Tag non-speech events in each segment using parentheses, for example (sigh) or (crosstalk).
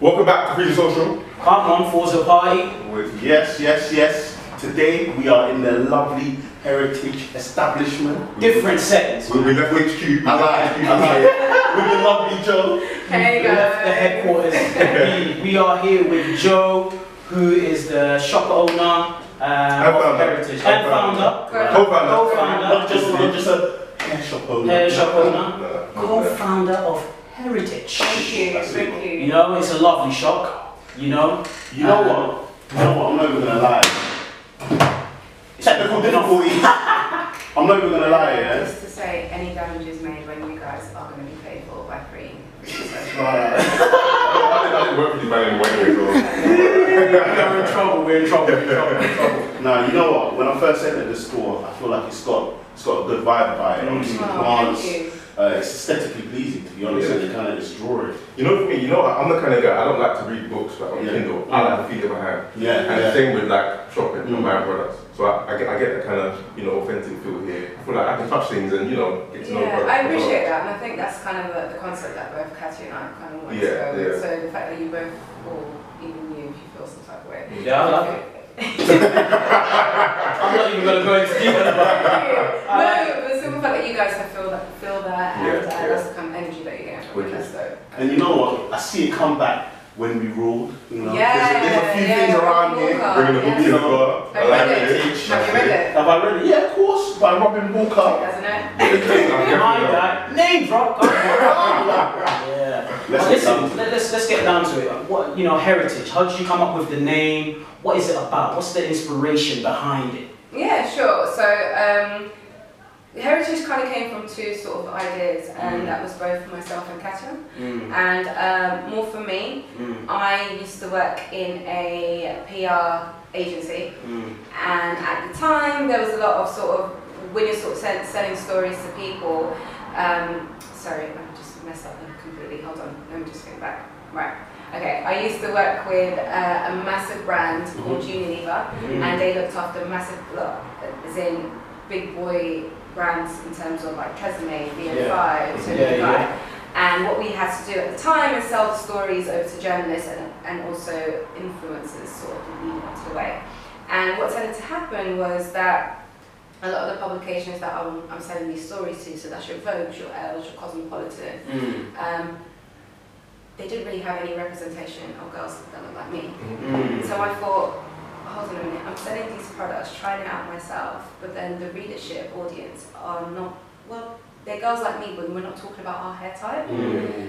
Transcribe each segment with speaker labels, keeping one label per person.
Speaker 1: Welcome back to Freedom Social.
Speaker 2: Come on, force a party.
Speaker 3: With yes, yes, yes. Today we are in the lovely heritage establishment.
Speaker 2: Different settings.
Speaker 1: We, we left HQ. we
Speaker 3: I
Speaker 1: left
Speaker 3: like,
Speaker 1: HQ.
Speaker 3: I like. With the lovely Joe.
Speaker 4: Hey
Speaker 2: We left the
Speaker 4: guys.
Speaker 2: headquarters. we, we are here with Joe, who is the shop owner um, of
Speaker 1: founder.
Speaker 2: Heritage
Speaker 1: And
Speaker 2: and founder,
Speaker 1: Co-founder.
Speaker 3: Not
Speaker 2: co-founder,
Speaker 3: just, not just a hair shop owner.
Speaker 2: hair shop owner,
Speaker 1: No, no, no.
Speaker 2: co-founder of Heritage.
Speaker 4: Thank you. Thank you.
Speaker 2: You know, it's a lovely shop. You know,
Speaker 3: You know what? You know what? I'm not even gonna lie. Technical difficulties. I'm not even gonna lie, yeah.
Speaker 4: Just to say, any damages made when you guys are going to be paid for by free.
Speaker 3: Uh,
Speaker 1: I think I didn't work for you, man, anyway,
Speaker 2: We're in trouble. We're in trouble. We're in trouble. We're in trouble.
Speaker 3: Now you know what? When I first entered the store, I feel like it's got it's got a good vibe by it. Obviously, the
Speaker 4: Oh,
Speaker 3: plants,
Speaker 4: thank you.
Speaker 3: uh, it's aesthetically pleasing to be honest,
Speaker 1: Yeah.
Speaker 3: and it kind of just draw it.
Speaker 1: so. You know, for me, you know, I'm the kind of guy, I don't like to read books like on
Speaker 3: Yeah.
Speaker 1: Kindle. I like to feel it in my hand.
Speaker 3: Yeah,
Speaker 1: And the
Speaker 3: yeah.
Speaker 1: same with like shopping and
Speaker 3: Mm.
Speaker 1: buying products. So I, I, get, I get that kind of, you know, authentic feel here. I feel like I can touch things and, you know, get to know
Speaker 4: Yeah,
Speaker 1: products.
Speaker 4: I appreciate that, and I think that's kind of the, the concept that both Katya and I kind of want to
Speaker 1: Yeah,
Speaker 4: go with.
Speaker 1: yeah.
Speaker 4: So the fact that you both, or even you, if you feel some type of way.
Speaker 2: Yeah, I like it. I'm not even gonna go into detail
Speaker 4: (laughs)
Speaker 2: about
Speaker 4: no, but the simple fact that you guys have feel that, feel that, and
Speaker 1: Yeah,
Speaker 4: uh,
Speaker 1: yeah.
Speaker 4: that's the kind of energy that you're getting from it.
Speaker 1: Wicked.
Speaker 4: That's dope.
Speaker 3: And you know what? I see it come back when we ruled. You know,
Speaker 4: Yeah,
Speaker 3: there's, a, there's a few
Speaker 4: yeah,
Speaker 3: things around
Speaker 4: Robin
Speaker 3: here.
Speaker 4: Walker.
Speaker 1: Bringing the book to the bar.
Speaker 4: Have you
Speaker 1: I like
Speaker 4: read
Speaker 1: it.
Speaker 4: it? Have you read it?
Speaker 3: Have I read it? Yeah, of course, by Robin Walker.
Speaker 4: Doesn't it?
Speaker 3: (laughs)
Speaker 2: it. My guy, name drop. Go for it. Yeah.
Speaker 3: Let's
Speaker 2: But
Speaker 3: get down
Speaker 2: Listen, let- let's let's get down to it. What you know, heritage. How did you come up with the name? What is it about? What's the inspiration behind it?
Speaker 4: Yeah, sure. So um, the heritage kind of came from two sort of ideas, and that was both for myself and Katya. And um, more for me, I used to work in a PR agency, and at the time there was a lot of sort of when you're sort of sen- selling stories to people. Um, sorry, I just messed up there completely. Hold on, let me just go back. Right. Okay, I used to work with uh, a massive brand called Unilever, and they looked after massive, lo- as in big boy brands in terms of like Tresemme,
Speaker 3: Yeah.
Speaker 4: BM5, so
Speaker 2: Yeah,
Speaker 4: you
Speaker 2: yeah.
Speaker 4: guys- And what we had to do at the time is sell the stories over to journalists and, and also influencers, sort of leading up to the way. And what tended to happen was that a lot of the publications that I'm, I'm selling these stories to, so that's your Vogue, your Elle, your Cosmopolitan, um, they didn't really have any representation of girls that look like me. So I thought, hold on a minute, I'm selling these products, trying it out myself, but then the readership audience are not, well, they're girls like me, but we're not talking about our hair type.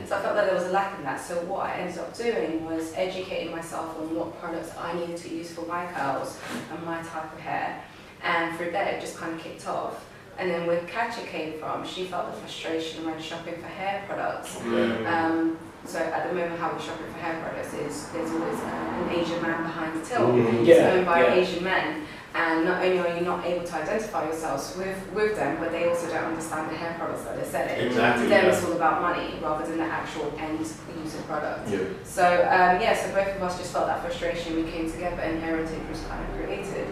Speaker 4: So I felt that there was a lack in that. So what I ended up doing was educating myself on what products I needed to use for my curls and my type of hair. And through that, it just kind of kicked off. And then where Katja came from, she felt the frustration when shopping for hair products. Um, so at the moment, how we're shopping for hair products is there's always uh, an Asian man behind the till.
Speaker 3: Oh,
Speaker 1: Mhm.
Speaker 2: Yeah,
Speaker 4: it's owned by
Speaker 2: yeah.
Speaker 4: Asian men, and not only are you not able to identify yourselves with, with them, but they also don't understand the hair products that they're selling. To
Speaker 3: Exactly.
Speaker 4: them,
Speaker 3: Yeah.
Speaker 4: it's all about money rather than the actual end user product.
Speaker 1: Yeah.
Speaker 4: So um, yeah, so both of us just felt that frustration. We came together, and Heritage was kind of created.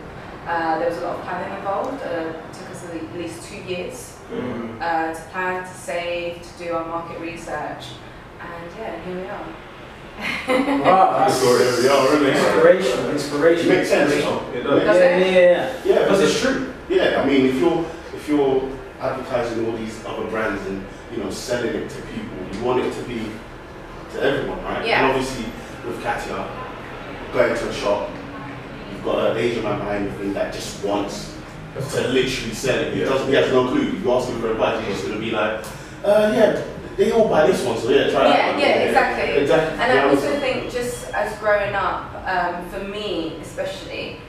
Speaker 4: Uh, there was a lot of planning involved. Uh, it took us at least two years
Speaker 3: Mm.
Speaker 4: uh, to plan, to save, to do our market research, and yeah, here we are. (laughs)
Speaker 2: Wow, that's
Speaker 1: Sorry.
Speaker 3: There we are, really.
Speaker 2: inspirational, inspiration.
Speaker 3: It makes sense.
Speaker 2: inspiration.
Speaker 1: It
Speaker 2: Yeah,
Speaker 1: does.
Speaker 2: yeah, yeah.
Speaker 3: Yeah,
Speaker 2: Because it's (laughs) true.
Speaker 3: Yeah, I mean, if you're if you're advertising all these other brands and you know selling it to people, you want it to be to everyone, right?
Speaker 4: Yeah.
Speaker 3: And obviously, with Katya, going to a shop, you've got an Asian man behind you that just wants to literally sell it. He
Speaker 1: Yeah.
Speaker 3: doesn't, he has no clue. You ask him for advice, he's just gonna be like, uh, yeah, they all buy this one, so yeah, try that
Speaker 4: Yeah,
Speaker 3: one.
Speaker 4: yeah, exactly.
Speaker 3: Exactly.
Speaker 4: And
Speaker 3: Yeah,
Speaker 4: I also think, just as growing up, um, for me especially,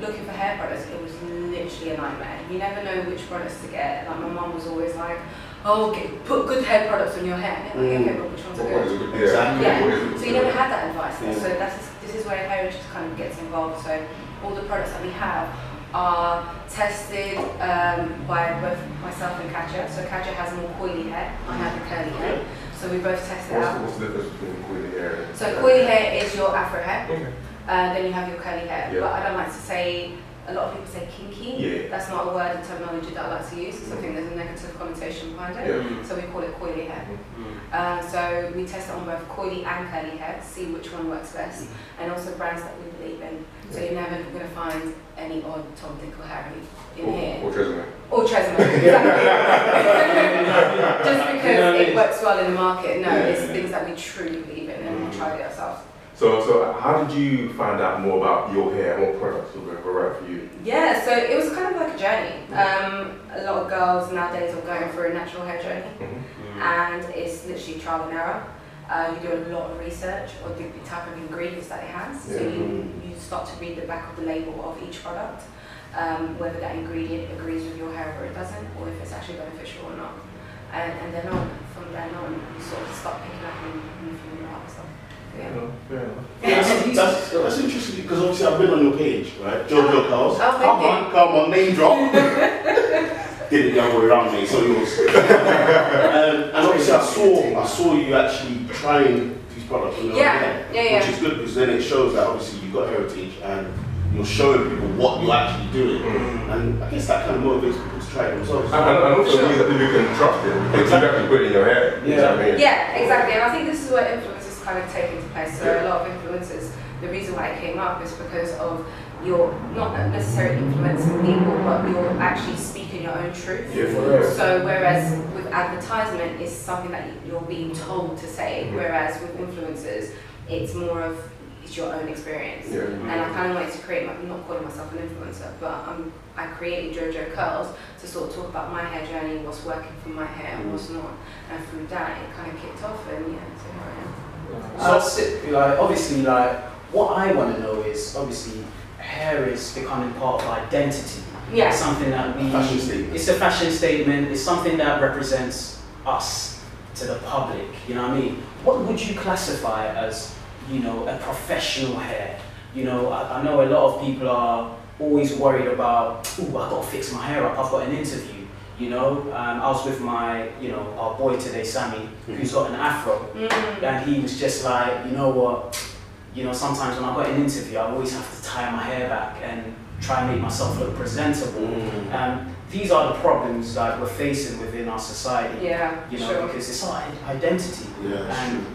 Speaker 4: looking for hair products, it was literally a nightmare. You never know which products to get. Like my mum was always like, "Oh, get, put good hair products on your hair." And you're like, okay, but which ones are
Speaker 1: What- what is
Speaker 4: good?
Speaker 1: it? Yeah. What
Speaker 3: Exactly.
Speaker 4: Yeah,
Speaker 1: is
Speaker 4: so
Speaker 1: it?
Speaker 4: you never had that advice.
Speaker 3: Yeah.
Speaker 4: So that's this is where heritage kind of gets involved. So all the products that we have are tested um, by both myself and Katja. So Katja has more coily hair, I have the curly hair. So we both test it
Speaker 1: What's the,
Speaker 4: out.
Speaker 1: what's the difference between coily hair and
Speaker 4: So coily hair is your afro hair.
Speaker 1: Okay.
Speaker 4: Uh, then you have your curly hair.
Speaker 1: Yeah.
Speaker 4: But I don't like to say a lot of people say kinky.
Speaker 1: Yeah.
Speaker 4: That's not a word and terminology that I like to use. So I think there's a negative connotation behind it.
Speaker 1: Yeah.
Speaker 2: Mm,
Speaker 4: So we call it coily hair.
Speaker 2: mm.
Speaker 1: Mm-hmm.
Speaker 4: Uh, so we test it on both coily and curly hair, see which one works best,
Speaker 1: Mm-hmm.
Speaker 4: and also brands that we believe in. So you're never going to find any odd Tom, Dick or Harry in
Speaker 1: Or,
Speaker 4: here.
Speaker 1: or resume.
Speaker 4: Or
Speaker 1: (laughs)
Speaker 4: Tresemme. exactly. Just
Speaker 2: No,
Speaker 4: because
Speaker 2: it's-
Speaker 4: it works well in the market, no,
Speaker 1: Yeah,
Speaker 4: it's
Speaker 1: yeah. Mm-hmm.
Speaker 4: things that we truly believe in and we tried it ourselves.
Speaker 1: So, so how did you find out more about your hair? What products were were right for you?
Speaker 4: Yeah, so it was kind of like a journey.
Speaker 1: Mm-hmm.
Speaker 4: Um, a lot of girls nowadays are going through a natural hair journey,
Speaker 1: Mm-hmm.
Speaker 3: Mm.
Speaker 4: and it's literally trial and error. Uh, you do a lot of research or the type of ingredients that it has. So
Speaker 1: Yeah.
Speaker 4: you, you start to read the back of the label of each product, um, whether that ingredient agrees with your hair or it doesn't, or if it's actually beneficial or not. And, and then on, from then on, you sort of start picking up and, and figuring out stuff.
Speaker 1: Fair
Speaker 4: Yeah.
Speaker 1: enough, fair enough.
Speaker 3: That's, that's, that's interesting because obviously I've been on your page, right? Jojo Cows.
Speaker 4: Oh, thank
Speaker 3: come
Speaker 4: you.
Speaker 3: on, come on, name
Speaker 4: (laughs)
Speaker 3: drop. Did it the other way around, mate, so yours. um, and obviously I saw I saw you actually trying these products on your
Speaker 4: Yeah,
Speaker 3: hair,
Speaker 4: yeah, yeah.
Speaker 3: Which is good because then it shows that obviously you've got heritage and you're showing people what you're actually doing. And I guess that kind of motivates people to try it themselves.
Speaker 1: And, Mm. and, and also
Speaker 4: Sure.
Speaker 1: means that people can trust it because you actually put it in your hair. You know what I mean?
Speaker 4: Yeah, exactly. And I think this is where influencers kind of take into place. So a lot of influencers, the reason why it came up is because of your not necessarily influencing people, but you're actually speaking your own truth.
Speaker 1: Yeah, for real.
Speaker 4: So whereas with advertisement it's something that you- you're being told to say, whereas with influencers it's more of it's your own experience.
Speaker 1: Yeah.
Speaker 4: And I kind of wanted to create, my, I'm not calling myself an influencer, but um, I created JoJo Curls to sort of talk about my hair journey, what's working for my hair and what's not. And through that, it kind of kicked off and yeah, so here I am.
Speaker 2: So that's it. Like obviously, like what I want to know is obviously hair is becoming part of our identity.
Speaker 4: Yeah.
Speaker 2: It's something that we.
Speaker 3: Fashion statement.
Speaker 2: It's a fashion statement. It's something that represents us to the public. You know what I mean? What would you classify as, you know, a professional hair? You know, I, I know a lot of people are always worried about. Ooh, I gotta fix my hair up. I've got an interview. You know, um, I was with my, you know, our boy today, Sammy, who's got an afro.
Speaker 4: mm,
Speaker 2: And he was just like, you know what, you know, sometimes when I got an interview, I always have to tie my hair back and try and make myself look presentable.
Speaker 3: Mm.
Speaker 2: Um, these are the problems that we're facing within our society,
Speaker 4: Yeah,
Speaker 2: you know,
Speaker 4: sure.
Speaker 2: because it's our identity.
Speaker 3: Yeah, that's
Speaker 2: and,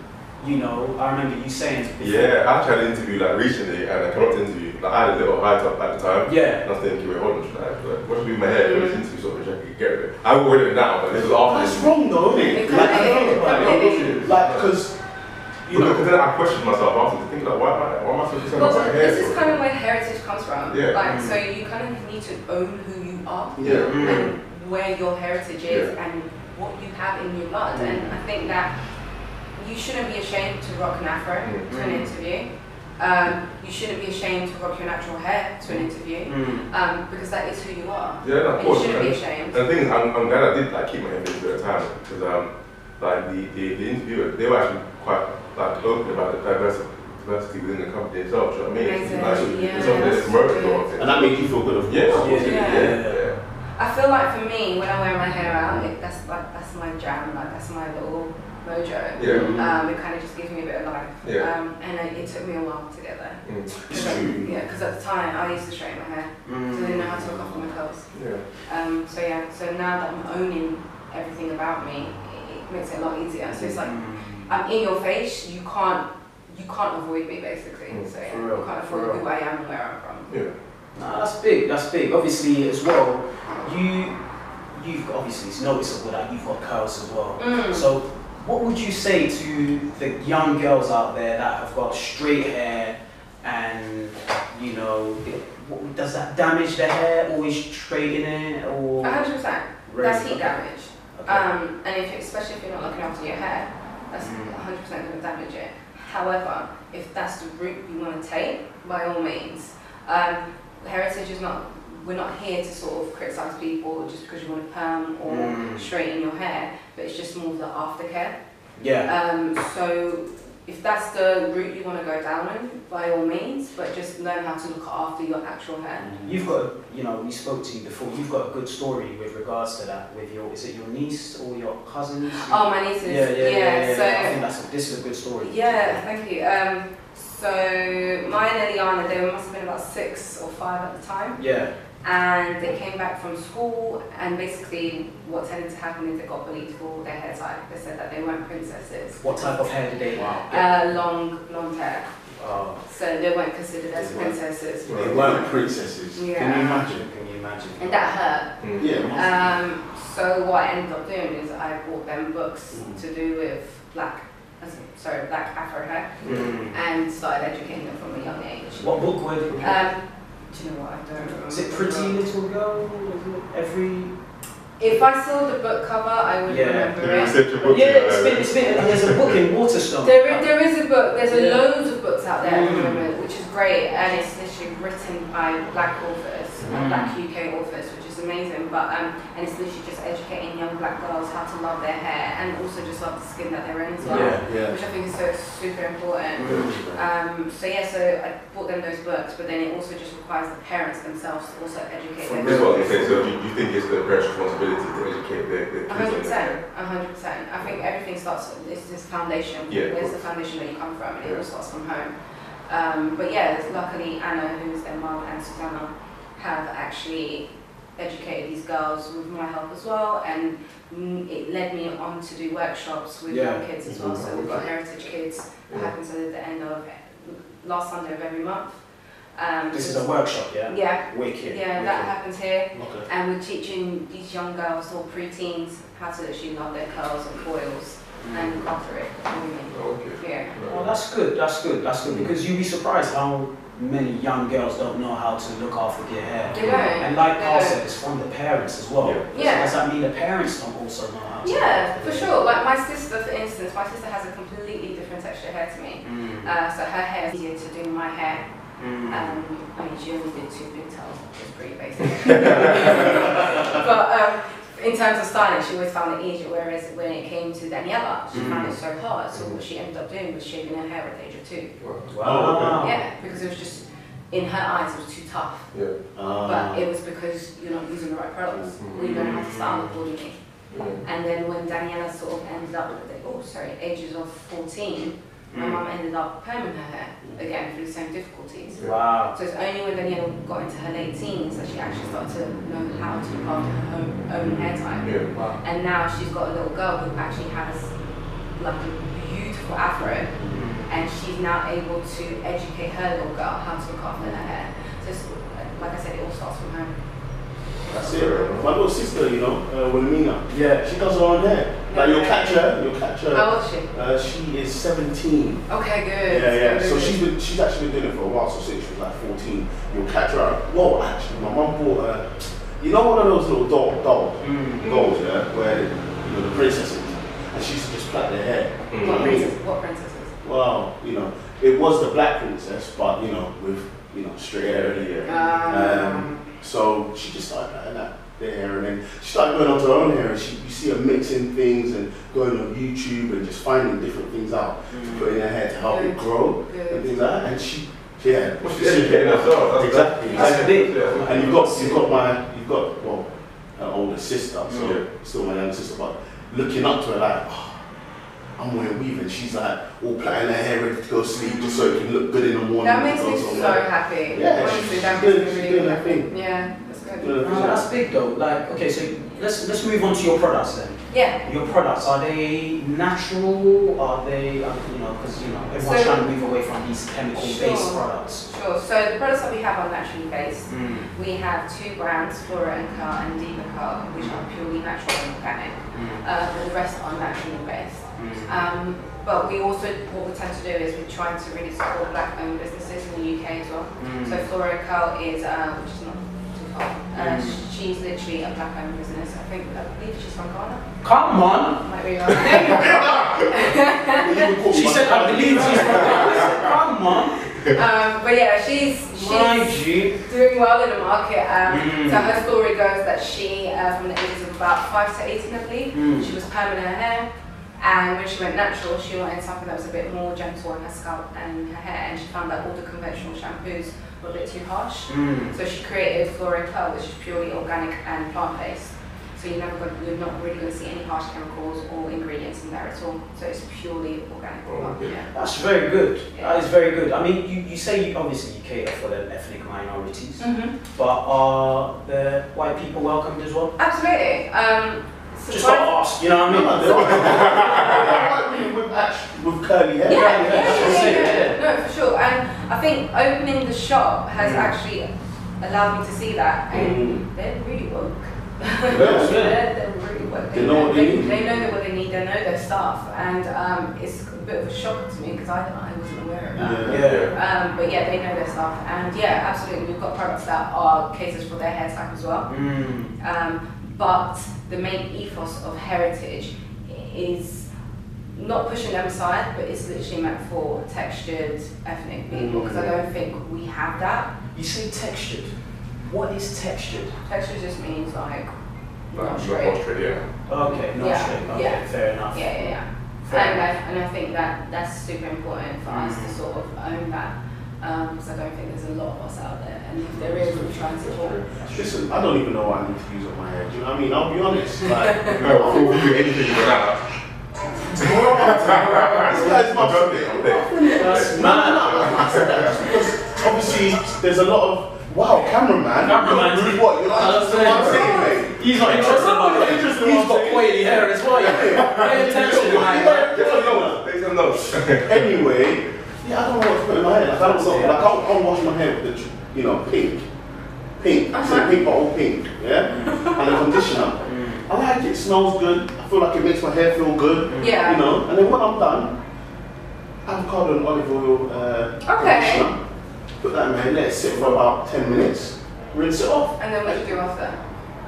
Speaker 2: you know, I remember you saying before,
Speaker 1: Yeah, I tried an interview like recently and I cannot interview. Like I had a little high top at the time.
Speaker 2: Yeah.
Speaker 1: And I was thinking, wait, hold on, should I like, what should be my hair for this interview so I can get rid of it? I would wear it now, but this is
Speaker 3: Oh,
Speaker 1: after
Speaker 3: that's wrong though, isn't it?
Speaker 4: It
Speaker 3: Like, I
Speaker 4: can't be-
Speaker 3: don't know about
Speaker 4: it can't
Speaker 3: it.
Speaker 1: be.
Speaker 3: Like, because, you
Speaker 1: Because
Speaker 3: know,
Speaker 1: then I questioned myself after thinking like, why am I, why am I so concerned about my
Speaker 4: Well,
Speaker 1: hair?
Speaker 4: this is kind of where heritage comes from.
Speaker 1: Yeah.
Speaker 4: Like,
Speaker 2: Mm.
Speaker 4: so you kind of need to own who you are
Speaker 3: yeah.
Speaker 1: Mm.
Speaker 4: and where your heritage is and what you have in your blood. And I think that you shouldn't be ashamed to rock an afro
Speaker 1: Mm-hmm.
Speaker 4: to an
Speaker 2: Mm.
Speaker 4: interview. Um, you shouldn't be ashamed to rock your natural hair to an interview
Speaker 2: Mm,
Speaker 4: um, because that is who you are.
Speaker 1: yeah, no, of
Speaker 4: And you
Speaker 1: course.
Speaker 4: shouldn't be
Speaker 1: And-
Speaker 4: ashamed.
Speaker 1: And the thing is, I'm, I'm glad I did like keep my hair busy at the time because um, like the, the, the interviewer, they were actually quite like open about the diversity, diversity within the company itself. Do you know what I mean? It's
Speaker 4: Amazing,
Speaker 1: like
Speaker 4: yeah,
Speaker 1: it's something that's
Speaker 4: that's
Speaker 1: promoted.
Speaker 4: good.
Speaker 1: or-
Speaker 3: And that made you feel good, of course.
Speaker 1: Yeah, of course,
Speaker 2: Yeah.
Speaker 1: yeah, yeah, yeah.
Speaker 4: I feel like for me, when I wear my hair out, it, that's like that's my jam. Like that's my little mojo.
Speaker 1: Yeah.
Speaker 4: Um, it kind of just gives me a bit of life.
Speaker 1: Yeah.
Speaker 4: Um, and I, it took me a while to get there.
Speaker 1: Mm.
Speaker 3: It's true.
Speaker 4: Yeah, because at the time I used to straighten my hair, so I didn't know
Speaker 2: mm.
Speaker 4: how to look after my curls.
Speaker 1: Yeah.
Speaker 4: Um, so yeah, so now that I'm owning everything about me, it, it makes it a lot easier. So it's like
Speaker 2: Mm.
Speaker 4: I'm in your face. You can't you can't avoid me basically.
Speaker 1: Mm,
Speaker 4: so
Speaker 2: for
Speaker 4: yeah,
Speaker 2: real,
Speaker 4: you can't
Speaker 2: for
Speaker 4: avoid
Speaker 2: real.
Speaker 4: who I am and where I'm from.
Speaker 1: Yeah.
Speaker 2: Nah, that's big. That's big. Obviously, as well, you you've got- obviously it's noticeable that you've got curls as well.
Speaker 4: Mm.
Speaker 2: So, what would you say to the young girls out there that have got straight hair and you know, it- what- does that damage the hair? Always straightening it or
Speaker 4: Mm, hundred percent. That's heat damage.
Speaker 2: Okay.
Speaker 4: Um, and if, especially if you're not looking after your hair, that's
Speaker 2: Mm.
Speaker 4: 100% going to damage it. However, if that's the route you want to take, by all means. Um, heritage is not, we're not here to sort of criticise people just because you want to perm or
Speaker 2: Mm.
Speaker 4: straighten your hair, but it's just more the aftercare.
Speaker 2: yeah.
Speaker 4: Um, so if that's the route you want to go down in, by all means, but just learn how to look after your actual hair.
Speaker 2: You've got, a- you know, we spoke to you before. You've got a good story with regards to that. With your, is it your niece or your cousins?
Speaker 4: Oh, my nieces.
Speaker 2: yeah, yeah, yeah, yeah, yeah.
Speaker 4: so
Speaker 2: I think that's a, this is a good story.
Speaker 4: Yeah, thank you. Um, So mine and Liana, they must have been about six or five at the time.
Speaker 2: Yeah.
Speaker 4: And they came back from school, and basically, what tended to happen is they got bullied for their hair type. They said that they weren't princesses.
Speaker 2: What type of hair did they want?
Speaker 4: Uh, long, long hair.
Speaker 2: Oh,
Speaker 4: So they weren't considered as
Speaker 3: They weren't.
Speaker 4: princesses.
Speaker 3: They weren't princesses. Can you
Speaker 4: Yeah.
Speaker 3: imagine?
Speaker 2: can you imagine?
Speaker 4: And that hurt.
Speaker 1: Mm.
Speaker 3: Yeah.
Speaker 4: Um, so what I ended up doing is I bought them books
Speaker 3: Mm.
Speaker 4: to do with black, sorry, black Afro hair,
Speaker 2: Mm.
Speaker 4: and started educating them from a young age.
Speaker 2: What book were they?
Speaker 4: Um, do you know what? I don't remember.
Speaker 2: Was it Pretty Little Girl? Was it Every
Speaker 4: If I saw the book cover, I would
Speaker 2: Yeah.
Speaker 4: remember
Speaker 1: You
Speaker 4: it.
Speaker 1: accept your book.
Speaker 2: Yeah,
Speaker 1: you know,
Speaker 2: it's been, it's been, there's a book in Waterstone.
Speaker 4: There is, there is a book, there's a
Speaker 2: Yeah.
Speaker 4: loads of books out there at the
Speaker 2: Mm.
Speaker 4: moment, which is great, and it's literally written by black authors,
Speaker 2: Mm.
Speaker 4: and black UK authors, which is amazing. But um, and it's literally just educating young black girls how to love their hair and also just love the skin that they're in as well,
Speaker 2: Yeah. Mm.
Speaker 3: Yeah.
Speaker 4: which I think is so super important. Um, so yeah, so I bought them those books, but then it also just requires the parents themselves to also educate
Speaker 3: From
Speaker 4: their
Speaker 1: This is what
Speaker 4: children.
Speaker 1: I'm saying. So you, you think it's the parents' responsibility to educate their, their kids?
Speaker 4: A
Speaker 1: on
Speaker 4: hundred
Speaker 1: that?
Speaker 4: percent, a hundred percent. I think everything starts. It's this foundation.
Speaker 1: Yeah, of
Speaker 4: It's
Speaker 1: course.
Speaker 4: the foundation that you come from, and it
Speaker 1: Yeah.
Speaker 4: all starts from home. Um, but yeah, it's luckily Anna, who's their mum, and Susanna have actually educated these girls with my help as well, and mm, it led me on to do workshops with
Speaker 2: Yeah.
Speaker 4: young kids as well. So we've got Heritage Kids that
Speaker 1: Yeah.
Speaker 4: happens at the end of last Sunday of every month. Um,
Speaker 2: This is a workshop, yeah?
Speaker 4: yeah,
Speaker 2: Wicked.
Speaker 4: yeah, that happens here.
Speaker 3: Okay.
Speaker 4: And we're teaching these young girls or preteens how to literally love their curls and coils
Speaker 2: Mm. Hmm.
Speaker 4: and butter it. and
Speaker 1: Oh, okay.
Speaker 4: Yeah.
Speaker 2: Well, that's good, that's good, that's good. Because you'd be surprised how many young girls don't know how to look after their hair.
Speaker 4: They don't.
Speaker 2: And like
Speaker 4: they
Speaker 2: Carl
Speaker 4: don't.
Speaker 2: said, it's from the parents as well.
Speaker 1: Yeah.
Speaker 2: So
Speaker 4: Yeah.
Speaker 2: does that mean the parents don't also know how to?
Speaker 4: Yeah, for sure. Like my sister, for instance, my sister has a completely different texture hair to me.
Speaker 2: Mm.
Speaker 4: Uh, so her hair is easier to do than my hair.
Speaker 2: Mm.
Speaker 4: Um, I mean, she only did two pigtails, which is pretty basic. but um, in terms of styling, she always found it easier. Whereas when it came to Daniela, she found it so hard. So what she ended up doing was shaving her hair at the age of two.
Speaker 2: Wow.
Speaker 4: Yeah, because it was just in her eyes, it was too tough.
Speaker 1: Yeah.
Speaker 4: But
Speaker 3: Uh,
Speaker 4: it was because you're not using the right products, or you don't know how to style accordingly.
Speaker 1: yeah.
Speaker 4: And then when Daniela sort of ended up at the, oh sorry, ages of 14, my
Speaker 2: Mm.
Speaker 4: mum ended up perming her hair again through the same difficulties.
Speaker 2: Wow.
Speaker 4: So it's only when Daniela got into her late teens that she actually started to know how to look after her own, own hair type.
Speaker 1: Yeah.
Speaker 2: Wow.
Speaker 4: And now she's got a little girl who actually has like a beautiful afro and she's now able to educate her little girl how to look after her hair. So, it's, like I said, it all starts from home.
Speaker 3: That's it. My little sister, you know, uh, Wilhelmina,
Speaker 2: Yeah.
Speaker 3: she does her own hair. Like, you'll catch her, you'll catch her.
Speaker 4: How old is she?
Speaker 3: Uh, she is 17.
Speaker 4: Okay, good.
Speaker 3: Yeah, yeah. So
Speaker 4: Good.
Speaker 3: she's been, she's actually been doing it for a while. So since she was like 14, you'll catch her out. Well, actually, my mum bought her. You know, one of those little doll, doll,
Speaker 2: Mm.
Speaker 3: dolls, yeah, where you know the princesses, and she used to just plait their hair.
Speaker 4: What princess? What princesses?
Speaker 3: Well, you know, it was the black princess, but you know, with you know straight hair and hair.
Speaker 4: Um,
Speaker 3: So she just started cutting out their hair, and then she started going on to her own hair, and she you see her mixing things and going on YouTube and just finding different things out,
Speaker 2: mm.
Speaker 3: putting her hair to help it grow and
Speaker 4: good.
Speaker 3: things like that. And she, yeah,
Speaker 1: Well, she's educating herself.
Speaker 3: Exactly.
Speaker 2: That's big.
Speaker 1: Yeah.
Speaker 3: And you've got, you've got my, you've got, well, her older sister, so
Speaker 1: Yeah.
Speaker 3: still my younger sister, but looking up to her like, oh, I'm wearing weave, and she's like all plaiting her hair ready to go sleep just so it can look good in the morning.
Speaker 4: That
Speaker 3: when
Speaker 4: makes
Speaker 3: she
Speaker 4: me
Speaker 3: goes
Speaker 4: so
Speaker 3: on work.
Speaker 4: happy.
Speaker 3: Yeah,
Speaker 4: Honestly,
Speaker 3: she's
Speaker 4: that
Speaker 3: doing-
Speaker 4: makes me
Speaker 3: she's
Speaker 4: really
Speaker 3: doing her
Speaker 4: happy.
Speaker 3: thing.
Speaker 4: Yeah, that's good.
Speaker 3: You know,
Speaker 2: No, that's big though. Like, okay, so let's let's move on to your products then.
Speaker 4: Yeah.
Speaker 2: Your products are they natural? Are they uh, you know because you know everyone's
Speaker 4: So-
Speaker 2: trying to move away from these chemical-based
Speaker 4: Sure.
Speaker 2: products.
Speaker 4: Sure. So the products that we have are naturally based.
Speaker 2: Mm.
Speaker 4: We have two brands, Flora and Car and Diva Car, which are purely natural and organic.
Speaker 2: Mm.
Speaker 4: Uh, but the rest are naturally based.
Speaker 2: Mm.
Speaker 4: Um, but we also, what we tend to do is we try to really support black owned businesses in the UK as well.
Speaker 2: Mm.
Speaker 4: So Flora Curl is, uh, which is not too far, uh,
Speaker 2: Mm.
Speaker 4: she's literally a black owned business. I think, I believe she's from Ghana.
Speaker 2: Come on! (laughs)
Speaker 4: Might be wrong.
Speaker 3: You would call
Speaker 2: She
Speaker 3: my-
Speaker 2: said, I
Speaker 3: (laughs)
Speaker 2: believe she's from Ghana." I said, (laughs) Come on!
Speaker 4: um, but yeah, she's,
Speaker 2: My
Speaker 4: she's
Speaker 2: G.
Speaker 4: doing well in the market. Um,
Speaker 2: Mm.
Speaker 4: So her story goes that she, uh, from the ages of about 5 to 18, I believe,
Speaker 2: Mm.
Speaker 4: she was perming her hair. And when she went natural, she wanted something that was a bit more gentle on her scalp and her hair. And she found that all the conventional shampoos were a bit too harsh.
Speaker 2: Mm.
Speaker 4: So she created Flora Pearl, which is purely organic and plant-based. So you're never going, you're not really going to see any harsh chemicals or ingredients in there at all. So it's purely organic.
Speaker 1: Oh, okay.
Speaker 4: Yeah.
Speaker 2: That's very good. That is very good. I mean, you, you say you, obviously you cater for the ethnic minorities,
Speaker 4: Mm-hmm.
Speaker 2: but are the white people welcomed as well?
Speaker 4: Absolutely. Um,
Speaker 2: Just to ask, you know what I mean?
Speaker 3: with, actually, with curly hair.
Speaker 4: Yeah, yeah,
Speaker 2: yeah, that's
Speaker 4: yeah,
Speaker 2: what I'm
Speaker 4: yeah,
Speaker 2: saying,
Speaker 4: yeah. No, for sure. And I think opening the shop has
Speaker 2: Mm.
Speaker 4: actually allowed me to see that. And
Speaker 3: Mm.
Speaker 4: they're really woke.
Speaker 1: yeah.
Speaker 4: (laughs) they're, they're really woke.
Speaker 3: They know what they need.
Speaker 4: They know what they need. They know their stuff. And um, it's a bit of a shock to me because I, I wasn't aware of that.
Speaker 3: Yeah.
Speaker 2: yeah.
Speaker 4: Um, but yeah, they know their stuff, and yeah, absolutely, we've got products that are catered for their hair type as well.
Speaker 2: Mm.
Speaker 4: Um, but the main ethos of heritage is not pushing them aside, but it's literally meant for textured
Speaker 3: Mm,
Speaker 4: ethnic people because I don't think we have that.
Speaker 2: You say textured. What is textured?
Speaker 4: Texture just means like
Speaker 1: Like,
Speaker 4: not
Speaker 1: not
Speaker 4: straight.
Speaker 1: Australia, yeah.
Speaker 2: Okay, not
Speaker 4: Yeah,
Speaker 2: straight. Okay,
Speaker 4: yeah.
Speaker 2: fair enough.
Speaker 4: Yeah, yeah, yeah. Um,
Speaker 2: Fair
Speaker 4: And I,
Speaker 2: enough.
Speaker 4: and I think that that's super important for us to sort of own that because I don't think there's a lot of us out there, and if there is, we try and support.
Speaker 3: Mm. Listen, I don't even know what I need to use on my hair. Do you know what I mean? I'll be honest.
Speaker 4: (laughs)
Speaker 3: Like,
Speaker 1: No, fool, you do anything you want out.
Speaker 3: this guy's
Speaker 1: I'm
Speaker 3: my
Speaker 1: joking, I'm joking.
Speaker 4: (laughs)
Speaker 2: That's
Speaker 3: No, no,
Speaker 2: mad.
Speaker 3: no, I said that just because obviously there's a lot of wow, cameraman.
Speaker 2: Cameraman.
Speaker 3: You're rude, What? You're like,
Speaker 2: That's
Speaker 3: that's what I'm saying, mate.
Speaker 2: He's not interested.
Speaker 3: I'm not
Speaker 2: in it.
Speaker 3: interested in
Speaker 2: Oh, He's
Speaker 3: what
Speaker 2: got
Speaker 3: I'm saying.
Speaker 2: oily hair as well. (laughs) Pay attention, man.
Speaker 1: Take some notes, take some notes.
Speaker 3: Anyway, yeah, I don't know what to put in my hair. Like, I don't know. Like, I can't, I can't wash my hair with the, tr- you know, pink, pink. I say pink, but all pink.
Speaker 4: (laughs)
Speaker 3: Yeah, and a conditioner. I like it. Smells good. I feel like it makes my hair feel good.
Speaker 4: Yeah.
Speaker 3: You know, and then when I'm done, avocado and olive oil uh,
Speaker 4: Okay.
Speaker 3: conditioner. Put that in my hair. Let it sit for about ten minutes. Rinse it off.
Speaker 4: And then what do you do after?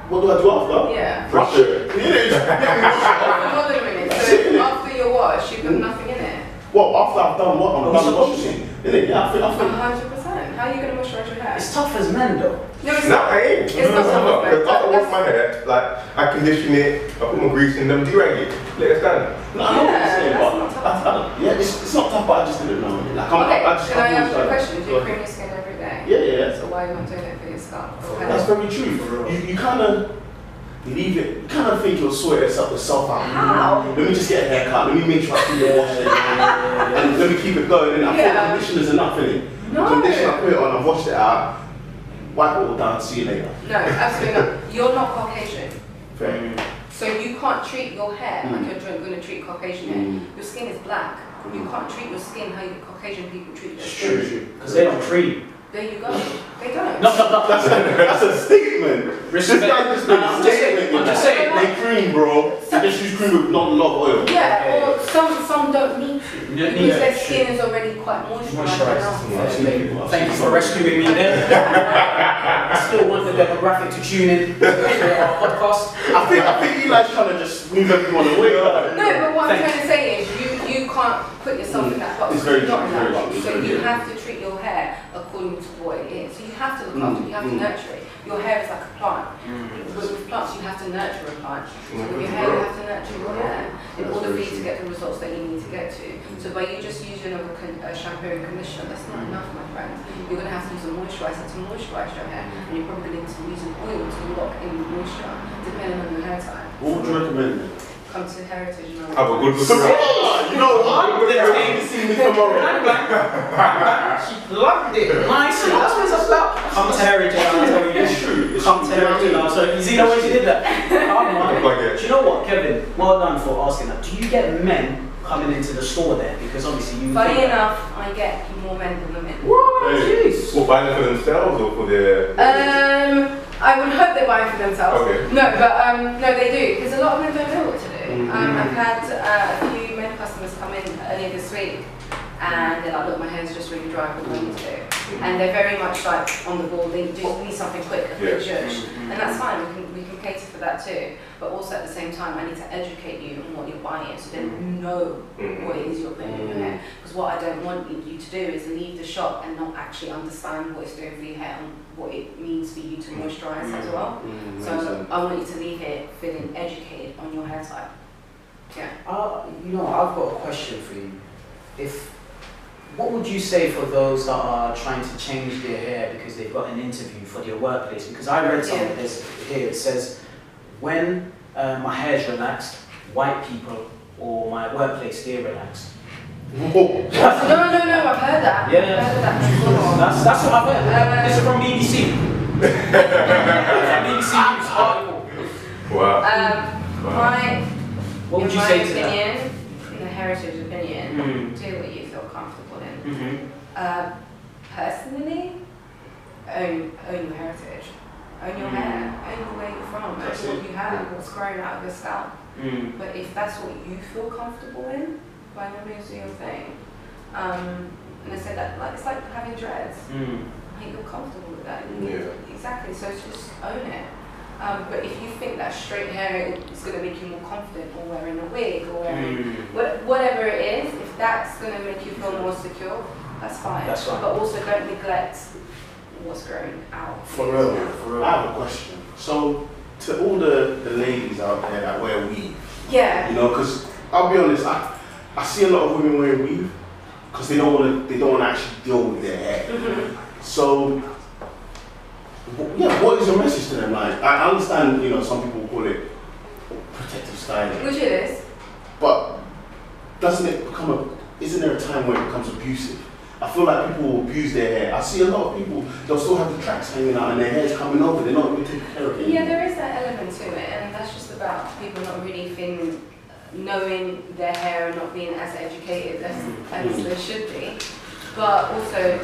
Speaker 3: What do I do after?
Speaker 4: Yeah.
Speaker 1: Brush it.
Speaker 4: Not a minute. So after your wash, you put nothing in it.
Speaker 3: Well, after I've done (laughs) what I'm
Speaker 2: Oh,
Speaker 3: done
Speaker 2: so-
Speaker 3: washing, innit? Yeah, I feel, I
Speaker 4: One
Speaker 3: feel.
Speaker 4: hundred percent. How are you gonna moisturize your hair?
Speaker 2: It's tough as men though.
Speaker 4: No, it's
Speaker 1: No,
Speaker 4: not.
Speaker 1: I ain't.
Speaker 4: It's not
Speaker 1: no,
Speaker 4: something
Speaker 1: Because after I wash my hair, like, I condition it, I put my grease in them, derang it, let it stand.
Speaker 3: No, I know what you're saying,
Speaker 4: Yeah,
Speaker 3: but
Speaker 4: that's not
Speaker 3: I, I don't- (laughs) yeah, it's, it's not tough, but I just didn't know. Like, I'm,
Speaker 4: Okay.
Speaker 3: I just
Speaker 4: Can I
Speaker 3: I'm
Speaker 4: ask you a
Speaker 3: sorry.
Speaker 4: question? Do
Speaker 3: Go
Speaker 4: you
Speaker 3: ahead.
Speaker 4: cream your skin every day?
Speaker 3: Yeah, yeah, yeah.
Speaker 4: So why are you not doing it for your scalp?
Speaker 3: That's very
Speaker 4: Okay.
Speaker 3: true. You, you kind of leave it. You kind of think you'll sort yourself yourself out.
Speaker 4: How?
Speaker 3: Let me just get a haircut. Let me make sure I keep it washed and let me keep it going. And I feel
Speaker 4: Yeah.
Speaker 3: conditioner's enough in it.
Speaker 4: No.
Speaker 3: Conditioner, I put it on. I've washed it out. Wipe it all down. See you later.
Speaker 4: No, absolutely not. You're not Caucasian.
Speaker 3: Fair.
Speaker 4: So you can't treat your hair like you're trying- gonna treat Caucasian hair.
Speaker 3: Mm.
Speaker 4: Your skin is black. You
Speaker 3: Mm.
Speaker 4: can't treat your skin how you Caucasian people treat their
Speaker 3: It's
Speaker 4: skin.
Speaker 3: true.
Speaker 2: Because they don't treat.
Speaker 4: There you go. They don't.
Speaker 2: No, no, no.
Speaker 3: That's a, that's a statement.
Speaker 2: Respect. (laughs)
Speaker 3: This guy just
Speaker 2: No,
Speaker 3: made
Speaker 2: no, I'm
Speaker 3: a
Speaker 2: just saying,
Speaker 3: statement.
Speaker 2: I'm just saying.
Speaker 3: They cream, bro. They just use cream with not a lot of oil.
Speaker 4: Yeah, or some some don't need to
Speaker 2: You don't need
Speaker 4: because their
Speaker 2: to.
Speaker 4: skin is already quite moisturized.
Speaker 2: Moisturised.
Speaker 4: enough.
Speaker 2: Thank you. Thank you for rescuing me there. I still want the demographic to tune in to our podcast.
Speaker 3: I think I think Eli's trying to just move everyone away. like-
Speaker 4: No, but what I'm
Speaker 2: Thank
Speaker 4: trying to say is you, you can't put yourself in that box.
Speaker 3: Mm. It's very
Speaker 4: You're not in
Speaker 3: true, very
Speaker 4: that box.
Speaker 3: true,
Speaker 4: So
Speaker 3: very
Speaker 4: you
Speaker 3: true.
Speaker 4: have to treat your hair according to what it is. So you have to look
Speaker 3: Mm,
Speaker 4: after it, you have to
Speaker 3: mm.
Speaker 4: nurture it. Your hair is like a plant. With with plants, you have to nurture a plant. So with your hair, you have to nurture your hair in
Speaker 3: That's
Speaker 4: order for
Speaker 3: very
Speaker 4: you to
Speaker 3: true. Mm.
Speaker 4: get the results that you need to get to. So by you just using a, con- a shampoo and conditioner, that's not enough, my friend. You're going to have to use a moisturizer to moisturize your hair, and you're probably going to use an oil to lock in the moisture, depending on your hair type.
Speaker 3: What would you recommend? then?
Speaker 4: Come to Heritage. and I'll-
Speaker 1: Have a good look around.
Speaker 3: Ah, you know what?
Speaker 2: The
Speaker 3: You're
Speaker 2: thing.
Speaker 3: to see me tomorrow.
Speaker 2: I'm like, she loved it nicely. That's what it's about. Come to Heritage, I'll tell you.
Speaker 3: It's true. It's
Speaker 2: Come to
Speaker 3: true.
Speaker 2: Heritage, I'll tell you. You see the way she did (laughs) that? Come on.
Speaker 1: Like uh, it.
Speaker 2: Do you know what, Kevin? Well done for asking that. Do you get men coming into the store there? Because obviously you.
Speaker 4: Funny enough, I get more men than women.
Speaker 2: What?
Speaker 1: Hey.
Speaker 2: Jeez.
Speaker 1: Well, buying it for themselves or for their.
Speaker 4: Um, I would hope they buy it for themselves.
Speaker 1: Okay.
Speaker 4: No, but um, no, they do because a lot of them don't know what to do.
Speaker 3: Mhm.
Speaker 4: Um, I've had uh, a few men customers come in earlier this week, and they're like, "Look, my hair's just really dry. What do I need to do?" And they're very much like on the ball. They just need something quick, a quick
Speaker 1: Yeah.
Speaker 4: judge,
Speaker 2: Mm-hmm.
Speaker 4: and that's fine. We can we can cater for that too. But also at the same time, I need to educate you on what you're buying, so then you know
Speaker 1: Mhm.
Speaker 4: what it is you're putting in your hair.
Speaker 2: Mm.
Speaker 4: Because what I don't want you to do is leave the shop and not actually understand what it's doing for your hair and what it means for you to
Speaker 2: Mm.
Speaker 4: moisturize as well. So I want you to leave here feeling educated on your hair type. Yeah.
Speaker 2: Uh, you know, I've got a question for you. If what would you say for those that are trying to change their hair because they've got an interview for their workplace? Because I read some of
Speaker 4: Yeah.
Speaker 2: this here. It says when uh, my hair's relaxed, white people or my workplace, they're relaxed. (laughs)
Speaker 3: Whoa.
Speaker 4: No, no, no, no, I've heard that.
Speaker 2: Mm. Yeah,
Speaker 4: I've
Speaker 2: yeah.
Speaker 4: heard that before.
Speaker 2: That's, that's what I've heard. This is from BBC. It's a BBC News article.
Speaker 1: Wow.
Speaker 4: Um, my,
Speaker 2: What would
Speaker 4: in
Speaker 2: you
Speaker 4: my
Speaker 2: say to that?
Speaker 4: opinion, in the heritage opinion,
Speaker 2: Mm.
Speaker 4: do what you feel comfortable in.
Speaker 2: Mhm.
Speaker 4: Uh, personally, own, own your heritage. Own your
Speaker 2: Mm.
Speaker 4: hair, own where you're from, own
Speaker 3: That's
Speaker 4: what
Speaker 3: it.
Speaker 4: you have, what's grown out of your scalp.
Speaker 2: Mm.
Speaker 4: But if that's what you feel comfortable in, by no means do your thing. Um, and I said that like it's like having dreads.
Speaker 2: Mm.
Speaker 4: Like you're comfortable with that. You need-
Speaker 1: Yeah.
Speaker 4: Exactly. So just own it. Um, but if you think that straight hair is going to make you more confident, or wearing a wig, or wearing
Speaker 2: Mm.
Speaker 4: what, whatever it is, if that's going to make you feel more secure, that's fine.
Speaker 2: That's fine.
Speaker 4: But also don't neglect what's growing out.
Speaker 3: For real, for real. I have a question. So, to all the, the ladies out there that wear weave,
Speaker 4: Yeah.
Speaker 3: you know, because I'll be honest, I, I see a lot of women wearing weave because they don't want to they don't want to actually deal with their hair.
Speaker 2: (laughs)
Speaker 3: So, wh- yeah, what is your message to them? Like, I understand, you know, some people call it protective styling,
Speaker 4: Which it is.
Speaker 3: but doesn't it become a? Isn't there a time where it becomes abusive? I feel like people will abuse their hair. I see a lot of people; they'll still have the tracks hanging out and their hair's coming over. They're not really taking care of it.
Speaker 4: Yeah, there is that element to it, and that's just about people not really feeling, knowing their hair and not being as educated as, as they should be. But also,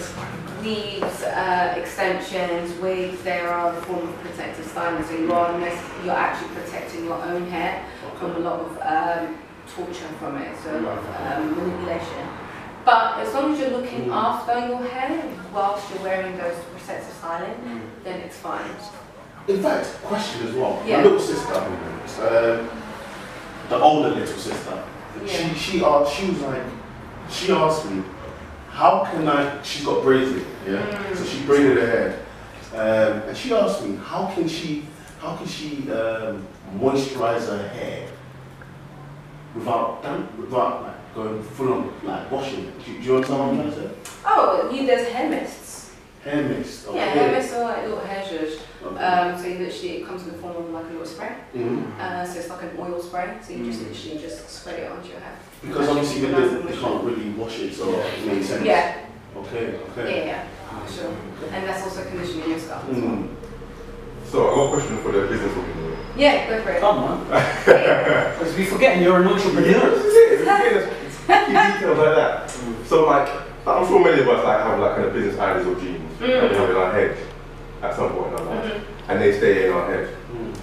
Speaker 4: weaves, uh, extensions, wigs, they are a form of protective styling, so you are, nec- you're actually protecting your own hair from a lot of um, torture from it, so a lot of um, manipulation. But as long as you're looking
Speaker 3: Mm.
Speaker 4: after your hair whilst you're wearing those protective styling,
Speaker 3: Mm.
Speaker 4: then it's fine.
Speaker 3: In fact, question as well.
Speaker 4: Yeah.
Speaker 3: My little sister, um, the older little sister,
Speaker 4: Yeah.
Speaker 3: she she asked, she was like, she asked me, how can I? She's got braids, in, yeah.
Speaker 4: Mm.
Speaker 3: So she braided her hair, um, and she asked me, how can she, how can she um, moisturize her hair without damp, without like going full on like washing it? Do, do you understand what I'm trying to
Speaker 4: Oh, you, there's hair mists.
Speaker 3: say? Hair mist. Okay.
Speaker 4: Yeah, hair mists are like little hair gels.
Speaker 3: Okay.
Speaker 4: Um, so you literally, it comes in the form of like a little spray.
Speaker 3: Mhm.
Speaker 4: Uh, so it's like an oil spray. So you just
Speaker 2: Mm.
Speaker 4: literally just spread it onto your hair.
Speaker 3: Because obviously they, they, they can't really wash it, so it makes sense.
Speaker 4: Yeah,
Speaker 3: Okay,
Speaker 4: yeah,
Speaker 3: okay.
Speaker 4: yeah. For sure. And that's also conditioning your scalp. as well.
Speaker 3: Mm.
Speaker 1: So I got a question for the business woman.
Speaker 4: Yeah, go for it.
Speaker 3: (laughs)
Speaker 2: Come on, because we're forgetting you're an entrepreneur.
Speaker 1: Key details like that. So like, I'm sure many of us like have like kind of business ideas or dreams that we have in our head at some point in our life,
Speaker 4: Mhm.
Speaker 1: and they stay in our head.
Speaker 3: Mm.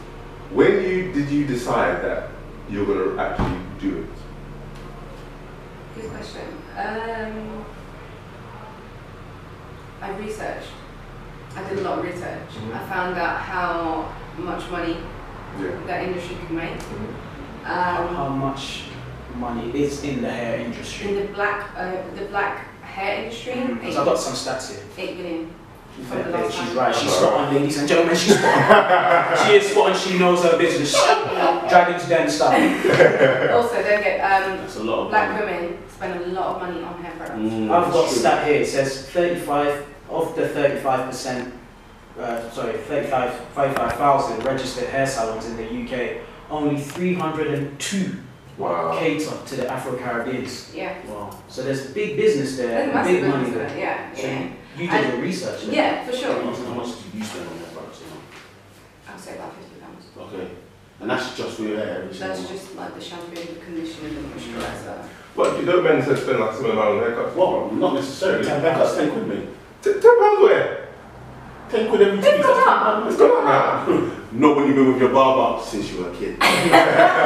Speaker 1: When you did you decide that you're gonna actually do it?
Speaker 4: Good question. Um, I researched. I did a lot of research.
Speaker 2: Mm-hmm.
Speaker 1: Mhm.
Speaker 4: I found out how much money
Speaker 1: Yeah.
Speaker 4: that industry can make.
Speaker 1: Mhm.
Speaker 4: Um,
Speaker 2: How much money is in the hair
Speaker 4: in
Speaker 2: industry?
Speaker 4: the black uh, the black hair industry,
Speaker 2: Because
Speaker 4: eight,
Speaker 2: I got some stats here.
Speaker 4: eight million. From the
Speaker 2: Yeah,
Speaker 4: last
Speaker 2: she's
Speaker 4: time.
Speaker 2: right. She's spot on, ladies and gentlemen. She's spot on. (laughs) she is spot on. She knows her business.
Speaker 4: (laughs)
Speaker 2: Dragons Den style.
Speaker 4: Also, don't get um,
Speaker 3: That's a lot of
Speaker 4: black women spend a lot of money on hair products.
Speaker 3: Mm,
Speaker 2: I've got
Speaker 3: that's true.
Speaker 2: stat here. It says 35 of the 35 percent. Uh, sorry, 35 35,000 registered hair salons in the UK. Only 302
Speaker 1: Wow.
Speaker 2: cater to the Afro Caribbeans.
Speaker 4: Yeah,
Speaker 3: Wow.
Speaker 2: So there's big business
Speaker 4: There's
Speaker 2: there, and
Speaker 4: massive
Speaker 2: big money
Speaker 4: business
Speaker 2: there.
Speaker 4: there. Yeah,
Speaker 2: So
Speaker 4: yeah,
Speaker 2: you, you did your research. there.
Speaker 4: yeah, for
Speaker 3: How
Speaker 4: sure.
Speaker 3: much, how much do you spend on that products a
Speaker 4: I'll say about fifty pounds.
Speaker 3: month? Okay. And that's just with your hair every single
Speaker 4: That's
Speaker 3: month.
Speaker 4: just like the shampoo, the conditioner, the moisturizer.
Speaker 1: But you don't men said spend like a similar amount on haircuts?
Speaker 3: Well, not necessarily.
Speaker 2: Ten
Speaker 3: That's 10 quid, mate.
Speaker 1: T- ten pounds where?
Speaker 3: 10 quid every two
Speaker 4: It's
Speaker 3: weeks.
Speaker 4: gone up.
Speaker 3: That's
Speaker 1: It's
Speaker 3: 10
Speaker 1: gone up now.
Speaker 3: Not when you've been with your barber since you were a kid.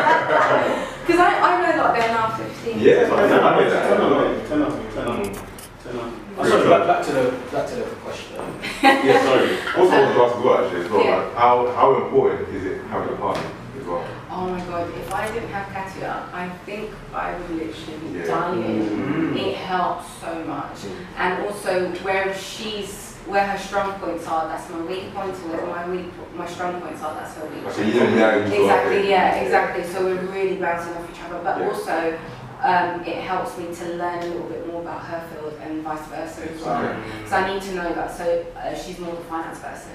Speaker 4: Because I, I know that they're now fifteen.
Speaker 1: Yeah, that's
Speaker 3: Ten
Speaker 1: what I said. I
Speaker 3: up,
Speaker 1: made
Speaker 3: ten
Speaker 1: that.
Speaker 3: up, ten up, ten up,
Speaker 1: Mm.
Speaker 3: ten up.
Speaker 2: Oh, sorry, back, back to the back to the question.
Speaker 3: Yeah, sorry.
Speaker 1: Also, I was asked as well, actually, as well,
Speaker 4: Yeah.
Speaker 1: like, how, how important is it having a partner as well?
Speaker 4: Oh my god, if I didn't have Katia, I think I would literally
Speaker 1: Yeah.
Speaker 4: be dying.
Speaker 2: Mm.
Speaker 4: It helps so much.
Speaker 1: Mm.
Speaker 4: And also where she's where her strong points are, that's my weak points, and where my weak my strong points are, that's her weak
Speaker 1: Like a yin and yang sort of
Speaker 4: Exactly,
Speaker 1: thing.
Speaker 4: yeah, exactly. So we're really bouncing off each other. But
Speaker 1: Yeah.
Speaker 4: also um, it helps me to learn a little bit more about her field and vice versa as well.
Speaker 3: Okay.
Speaker 4: So I need to know that. So uh, she's more the finance person.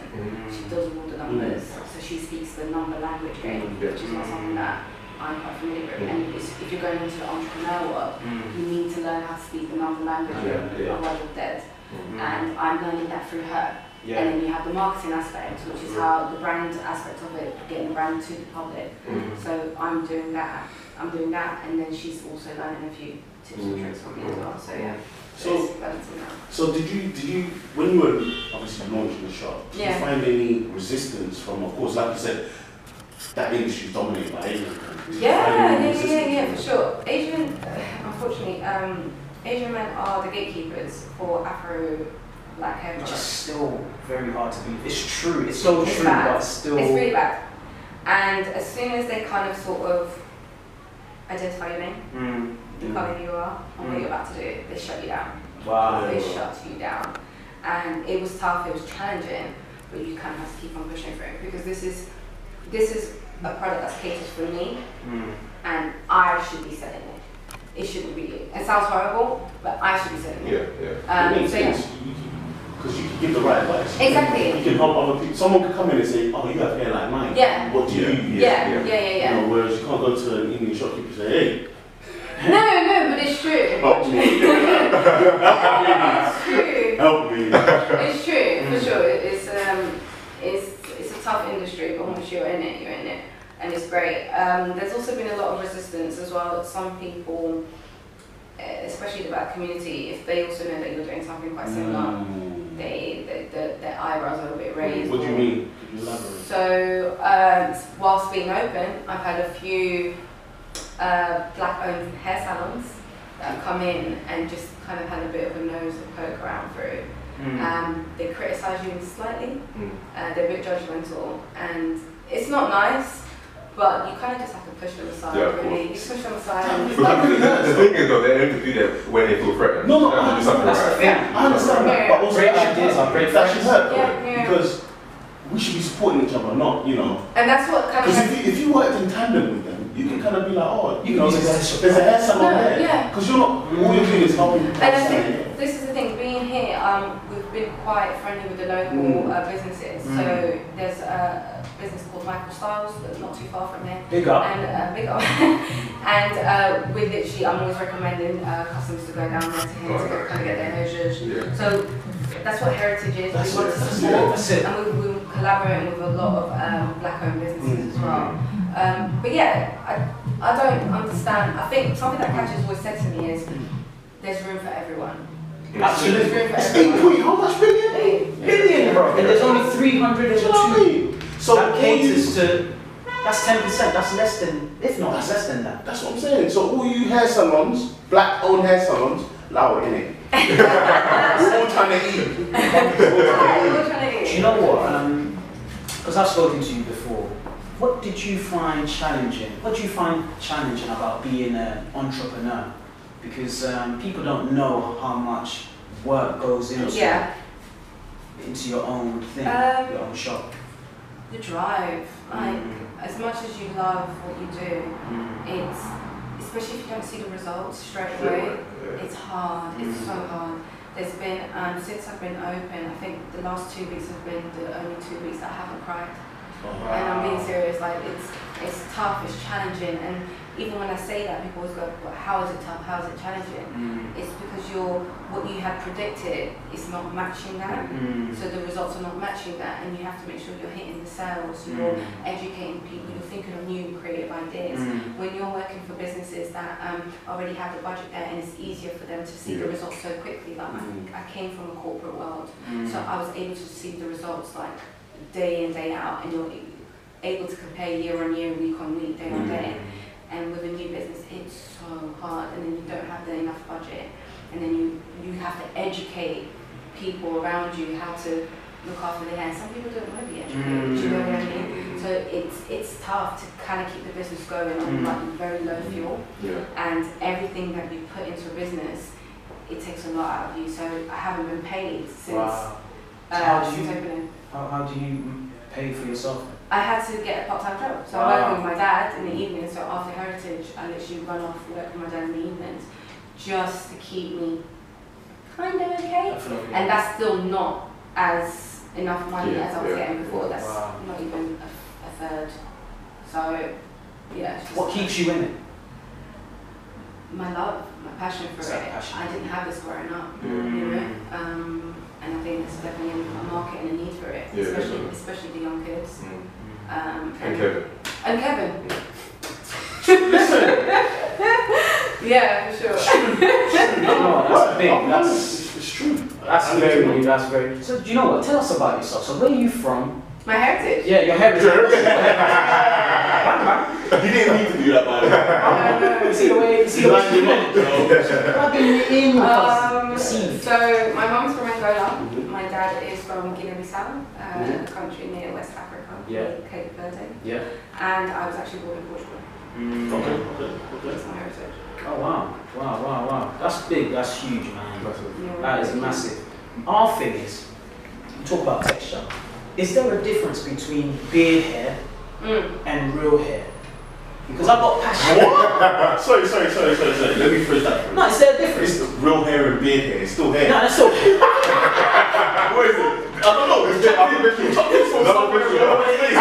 Speaker 4: She does all the numbers, so she speaks the number language game,
Speaker 1: Mm, Yeah. Mm.
Speaker 4: which is not something that I'm quite familiar with. And it's, if you're going into the entrepreneur world, you need to learn how to speak the number language,
Speaker 1: Yeah, yeah.
Speaker 4: otherwise you're dead.
Speaker 1: Mhm.
Speaker 4: And I'm learning that through her. And
Speaker 2: Yeah.
Speaker 4: then you have the marketing aspect, which
Speaker 1: Mm.
Speaker 4: is how the brand aspect of it, getting the brand to the public.
Speaker 1: Mhm.
Speaker 4: So I'm doing that. I'm doing that, and then she's also learning a few tips
Speaker 1: Mm.
Speaker 4: and tricks from me as well. So yeah,
Speaker 3: So-
Speaker 4: it's balancing out.
Speaker 3: So did you did you when you were obviously launching the shop? Did
Speaker 4: Yeah.
Speaker 3: you find any resistance from, of course, like you said, that industry is dominated by Asian countries? Did you find
Speaker 4: Yeah,
Speaker 3: any
Speaker 4: yeah, yeah, yeah,
Speaker 3: resistance?
Speaker 4: yeah, for sure. Asian, (sighs) unfortunately, um, Asian men are the gatekeepers for Afro black hair
Speaker 2: Which is
Speaker 4: products.
Speaker 2: still very hard to believe. It's true. It's so
Speaker 4: It's
Speaker 2: true,
Speaker 4: bad.
Speaker 2: but still.
Speaker 4: It's really bad. And as soon as they kind of sort of identify your name,
Speaker 2: Mm,
Speaker 4: the
Speaker 2: mm.
Speaker 4: colour you are, and what you're about to do, they shut you down.
Speaker 2: Wow.
Speaker 4: They shut you down. And it was tough, it was challenging, but you kind of have to keep on pushing through because this is this is a product that's catered for me
Speaker 2: Mm.
Speaker 4: and I should be selling it. It shouldn't be you. It sounds horrible, but I should be selling it.
Speaker 1: Yeah, yeah.
Speaker 3: It
Speaker 4: Um,
Speaker 3: makes
Speaker 4: so yeah.
Speaker 3: sense. Because you can give the right advice.
Speaker 4: Exactly.
Speaker 3: You can help other people. Someone could come in and say, "Oh, you have hair like mine.
Speaker 4: Yeah.
Speaker 3: What do you
Speaker 1: Yeah.
Speaker 3: use?"
Speaker 4: Yeah, yeah, yeah,
Speaker 3: You
Speaker 4: yeah.
Speaker 3: know, whereas you can't go to an Indian shopkeeper and say, "Hey,
Speaker 4: No, no, but it's
Speaker 3: (laughs)
Speaker 4: true.
Speaker 3: help me,
Speaker 4: (laughs) it's true.
Speaker 3: help
Speaker 4: (laughs)
Speaker 3: me."
Speaker 4: It's
Speaker 3: Mm.
Speaker 4: true, for sure. It- It's um it's it's a tough industry, but once you're in it, you're in it. And it's great. Um, there's also been a lot of resistance as well. Some people, eh, especially the black community, if they also know that you're doing something quite similar,
Speaker 3: Mm.
Speaker 4: they, they, their their eyebrows are a bit raised.
Speaker 3: What do you
Speaker 4: or-
Speaker 3: mean? Could you elaborate?
Speaker 4: So, um, whilst being open, I've had a few uh, black owned hair salons that have come in and just kind of had a bit of a nose and poke around through.
Speaker 2: Mm.
Speaker 4: Um, they criticise you slightly,
Speaker 1: Mm.
Speaker 4: uh, they're a bit judgmental, and it's not nice, but you kind of just have to push them aside,
Speaker 1: Yeah, of
Speaker 4: really. You push them aside
Speaker 1: (laughs)
Speaker 4: and
Speaker 1: But the thing is, though, they only do that when they feel threatened.
Speaker 3: No, no,
Speaker 1: That's
Speaker 3: I
Speaker 1: just something
Speaker 2: That's the
Speaker 1: right.
Speaker 2: thing.
Speaker 3: I understand that, but also
Speaker 2: Great
Speaker 3: that should
Speaker 2: ideas
Speaker 3: hurt.
Speaker 2: are great
Speaker 3: That should
Speaker 2: friends.
Speaker 3: hurt, though,
Speaker 4: Yeah, yeah.
Speaker 3: because we should be supporting each other, not you know.
Speaker 4: (laughs) And that's what kind of.
Speaker 3: Because if you, if you worked in tandem with them, you can kind of be like, oh, you,
Speaker 2: You
Speaker 3: know,
Speaker 2: can
Speaker 3: there's,
Speaker 2: use
Speaker 3: a- there's a hair salon
Speaker 4: No,
Speaker 3: there.
Speaker 4: yeah.
Speaker 3: Because you're not, all you're doing is helping.
Speaker 4: And I think this is the thing, being here, um, we've been quite friendly with the local uh, businesses. So there's a business called Michael Styles that's not too far from here.
Speaker 2: Big up.
Speaker 4: And uh, big (laughs) up. and uh, we literally, I'm always recommending uh, customers to go down there to him to get, kind of get their heritage.
Speaker 1: Yeah.
Speaker 4: So that's what heritage is.
Speaker 3: That's
Speaker 4: we want
Speaker 3: it,
Speaker 4: to
Speaker 3: that's
Speaker 4: support.
Speaker 3: it.
Speaker 2: That's it.
Speaker 4: And we, we were collaborating with a lot of um, black-owned businesses
Speaker 3: Mm.
Speaker 4: as well. Um, but yeah, I, I don't understand. I think something that Catch has always said to me is there's room for everyone.
Speaker 3: (laughs)
Speaker 4: There's
Speaker 2: Absolutely.
Speaker 4: room for
Speaker 3: It's eight
Speaker 4: everyone.
Speaker 3: point, how much billion?
Speaker 2: Billion, bro. And there's only 300
Speaker 3: Do
Speaker 2: and
Speaker 3: you know what I
Speaker 2: two.
Speaker 3: mean? So
Speaker 2: So that
Speaker 3: all
Speaker 2: caters
Speaker 3: you,
Speaker 2: to. That's 10%. That's less than. If not, that's less than that.
Speaker 3: that's what I'm saying. So all you hair salons, black-owned hair salons, lower in it. We're all trying to eat.
Speaker 4: Yeah, we're trying to-
Speaker 2: Do you know what? Because I've spoken to you before. What did you find challenging? What do you find challenging about being an entrepreneur? Because um, people don't know how much work goes into
Speaker 4: Yeah,
Speaker 2: into your own thing,
Speaker 4: Um,
Speaker 2: your own shop.
Speaker 4: the drive. Like,
Speaker 2: Mm,
Speaker 4: as much as you love what you do,
Speaker 2: mm,
Speaker 4: it's, especially if you don't see the results straight
Speaker 1: Straight
Speaker 4: away,
Speaker 1: away, yeah.
Speaker 4: It's hard. It's so
Speaker 2: Mm.
Speaker 4: hard. There's been um, since I've been open. I think the last two weeks have been the only two weeks that I haven't cried. And I'm being serious. Like it's it's tough. It's challenging. And even when I say that, people always go, well, "How is it tough? How is it challenging?"
Speaker 2: mm,
Speaker 4: It's because you're what you had predicted is not matching that.
Speaker 2: mm,
Speaker 4: So the results are not matching that, and you have to make sure you're hitting the sales. You're
Speaker 2: Mm.
Speaker 4: educating people. You're thinking of new creative ideas
Speaker 2: mm.
Speaker 4: when you're working for businesses that um, already have the budget there and it's easier for them to see the
Speaker 1: Yeah.
Speaker 4: results so quickly. Like
Speaker 1: Mm-hmm.
Speaker 3: Mm.
Speaker 4: I, I came from a corporate world,
Speaker 2: Mm.
Speaker 4: so I was able to see the results like day in day out, and you're able to compare year on year, week on week, day on day. And with a new business, it's so hard, and then you don't have the enough budget, and then you you have to educate people around you how to look after their hair. Some people don't want to be educated. Do you know what I mean? So it's it's tough to kind of keep the business going on
Speaker 2: Mm.
Speaker 4: like very low fuel,
Speaker 1: Yeah.
Speaker 4: and everything that you put into a business, it takes a lot out of you. So I haven't been paid since
Speaker 2: Wow.
Speaker 4: uh,
Speaker 2: How do
Speaker 4: since
Speaker 2: you-
Speaker 4: opening.
Speaker 2: How, how do you pay for yourself?
Speaker 4: I had to get a part-time job. So I work with my dad in the evening. So after Heritage, I literally run off work with my dad in the evenings just to keep me kind of okay.
Speaker 2: Definitely.
Speaker 4: And that's still not as enough money
Speaker 1: Yeah,
Speaker 4: as I was
Speaker 1: yeah.
Speaker 4: getting before. That's
Speaker 2: Wow.
Speaker 4: not even a, a third. So yeah. It's just
Speaker 2: what keeps you in it?
Speaker 4: my love, my passion for
Speaker 2: It's
Speaker 4: it.
Speaker 2: that passion.
Speaker 4: I didn't have this growing up, you
Speaker 2: Mm.
Speaker 4: know. Um, and I think there's definitely a market and a need for it,
Speaker 1: Yeah,
Speaker 4: especially
Speaker 1: definitely.
Speaker 4: especially the young kids.
Speaker 1: Mm.
Speaker 4: Um,
Speaker 1: And Kevin.
Speaker 4: and Kevin. (laughs) yeah, for sure.
Speaker 2: No, that's big. That's
Speaker 3: It's, it's true.
Speaker 2: that's
Speaker 3: And
Speaker 2: very.
Speaker 3: then-
Speaker 2: That's very. So do you know what? Tell us about yourself. So where are you from?
Speaker 4: My heritage.
Speaker 2: Yeah, your heritage.
Speaker 3: You didn't need to do that, by the (laughs) way.
Speaker 2: You see the way. You see the
Speaker 3: You lined him
Speaker 2: way.
Speaker 3: up, you know.
Speaker 2: Plugging it in.
Speaker 4: Um,
Speaker 2: See.
Speaker 4: so my mom's from Angola. My dad is from Guinea-Bissau, uh, a country near West Africa,
Speaker 2: Mm-hmm. Yeah.
Speaker 4: Cape Verde.
Speaker 2: Yeah.
Speaker 4: And I was actually born in Portugal.
Speaker 3: Okay, okay, okay.
Speaker 4: That's my heritage.
Speaker 2: Oh wow, wow, wow, wow. That's big, that's huge, man.
Speaker 1: That's it.
Speaker 4: Yeah.
Speaker 2: That is massive. Our thing is, you talk about texture. Is there a difference between beard hair
Speaker 4: Mm.
Speaker 2: and real hair? Because I've got passion.
Speaker 3: Sorry, sorry, sorry, sorry, sorry. Let me phrase that. for you.
Speaker 2: No, is there a difference?
Speaker 3: It's real hair and beard hair. It's still hair.
Speaker 2: No, that's okay.
Speaker 3: What is it? I don't know. It's just, I'm looking it's from somewhere in your face.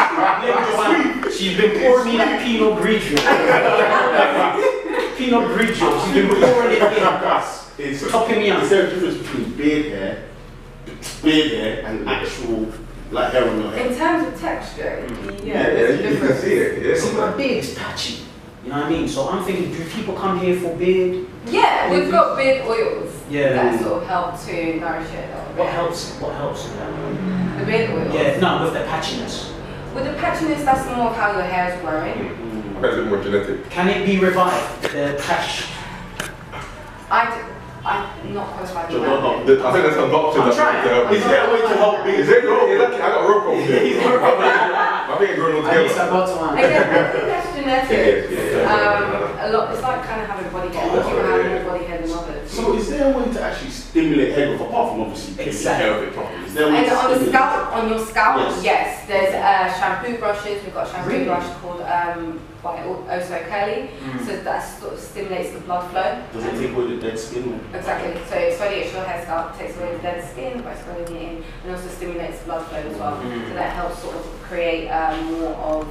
Speaker 2: She's been pouring me that Pinot Grigio. Pinot Grigio. She's been pouring it in.
Speaker 3: It's
Speaker 2: Topping me
Speaker 3: Is
Speaker 2: up.
Speaker 3: there a difference between beard hair, beard hair, and actual like hair on your head?
Speaker 4: In terms of texture,
Speaker 2: Mm.
Speaker 4: yeah,
Speaker 1: Yeah,
Speaker 4: there's a
Speaker 1: you can
Speaker 4: difference.
Speaker 1: see it. Yeah.
Speaker 2: See, my beard is patchy. You know what I mean? So I'm thinking, do people come here for beard?
Speaker 4: Yeah, we've got beard oils
Speaker 2: Mm-hmm. Yeah.
Speaker 4: that sort of help to nourish it a little bit.
Speaker 2: What helps? What helps in that?
Speaker 4: The beard oils.
Speaker 2: Yeah, no, with the patchiness.
Speaker 4: With the patchiness, that's more of how your hair is
Speaker 2: Mm.
Speaker 4: growing.
Speaker 1: I got a bit more genetic.
Speaker 2: Can it be revived? The patch.
Speaker 4: I, d- I'm not qualified for
Speaker 3: Don't know.
Speaker 4: that.
Speaker 1: The- I think that's a doctor
Speaker 2: I'm
Speaker 1: that
Speaker 2: trying.
Speaker 1: to help.
Speaker 4: I'm
Speaker 1: Is
Speaker 4: trying.
Speaker 1: that
Speaker 3: a way to help
Speaker 1: is that grow? Yeah, that- I got rope over there. My finger grown
Speaker 2: At least I
Speaker 1: together.
Speaker 2: got one.
Speaker 4: Again, I think that's
Speaker 1: (laughs) Yeah,
Speaker 4: genetic.
Speaker 1: yeah,
Speaker 4: Um,
Speaker 1: yeah.
Speaker 4: a lot. It's like kind of having a body hair. A lot of people have more body hair than others.
Speaker 3: So is there a way to actually stimulate hair growth apart from obviously taking
Speaker 2: Exactly.
Speaker 3: care of it properly? Is there a way
Speaker 4: And
Speaker 3: to
Speaker 4: on the
Speaker 3: stimulate?
Speaker 4: scalp, on your scalp,
Speaker 3: Yes.
Speaker 4: yes, there's uh, shampoo brushes. We've got a shampoo
Speaker 2: Really?
Speaker 4: brush called um, White Oso Curly, so that sort of stimulates the blood flow.
Speaker 3: Hmm. Does it take away the dead skin?
Speaker 4: Exactly. So exfoliates your hair scalp, takes away the dead skin by exfoliating it in, and also stimulates blood flow as well.
Speaker 3: Hmm.
Speaker 4: So that helps sort of create um, more of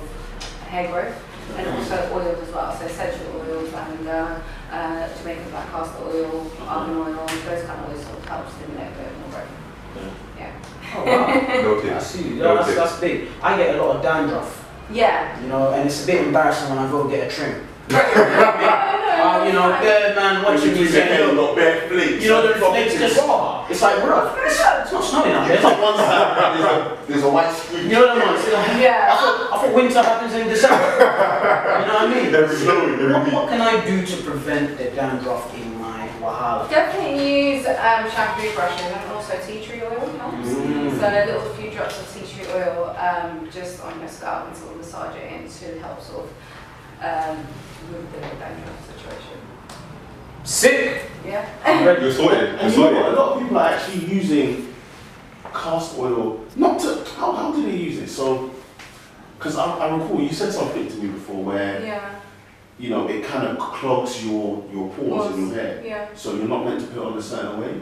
Speaker 4: hair growth. And
Speaker 3: Hmm.
Speaker 4: also oils as well, so essential oils, lavender, uh, Jamaican black castor oil,
Speaker 3: Uh-huh.
Speaker 4: argan oil, those kind of oils sort of help stimulate a bit more growth. Yeah.
Speaker 2: Oh, wow.
Speaker 1: No
Speaker 2: I
Speaker 1: tips.
Speaker 2: see.
Speaker 1: No
Speaker 2: Yeah, that's,
Speaker 1: tips.
Speaker 2: that's big. I get a lot of dandruff,
Speaker 4: Yeah.
Speaker 2: you know, and it's a bit embarrassing when I go get a trim.
Speaker 4: Oh,
Speaker 3: Uh,
Speaker 2: Oh, you
Speaker 4: (laughs)
Speaker 2: know, third man watching me
Speaker 3: hair
Speaker 2: saying,
Speaker 3: not bare flakes.
Speaker 2: you know, the legs just raw. It's like, bro, it's, it's not snowing out there.
Speaker 3: On one side, there's a, there's a white
Speaker 2: You
Speaker 3: streak.
Speaker 2: know what I'm saying? I
Speaker 4: Yeah.
Speaker 2: thought, I thought winter happens in December. you know what I mean?
Speaker 3: Every snowing, every
Speaker 2: What,
Speaker 3: week.
Speaker 2: what can I do to prevent the dandruff in my wahala?
Speaker 4: Definitely use um, shampoo brushes and also tea tree oil helps. So a little few drops of tea tree oil um, just on your scalp and sort of massage it in to help sort of um, move the dandruff situation.
Speaker 2: Sick.
Speaker 4: Yeah.
Speaker 1: You're sorted. You're
Speaker 3: And you know what? A
Speaker 1: sorted.
Speaker 3: lot of people are actually using cast oil. Not to how, how do they use it? So, because I, I recall you said something to me before where
Speaker 4: Yeah.
Speaker 3: you know it kind of clogs your your pores in your hair.
Speaker 4: Yeah.
Speaker 3: So you're not meant to put it on a certain way.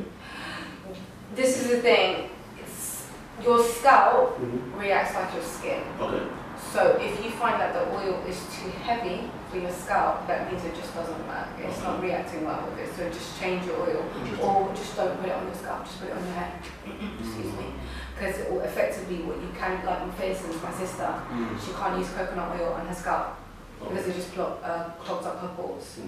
Speaker 4: This is the thing. It's, your scalp
Speaker 3: Mhm.
Speaker 4: reacts like your skin.
Speaker 3: Okay.
Speaker 4: So if you find that the oil is too heavy for your scalp, that means it just doesn't work. It's not reacting well with it. So just change your oil, or just don't put it on your scalp. Just put it on your hair.
Speaker 3: Mm-hmm.
Speaker 4: Excuse me, because it will effectively what you can like my face and my sister. She can't use coconut oil on her scalp because it just clog, uh, clogs up her pores.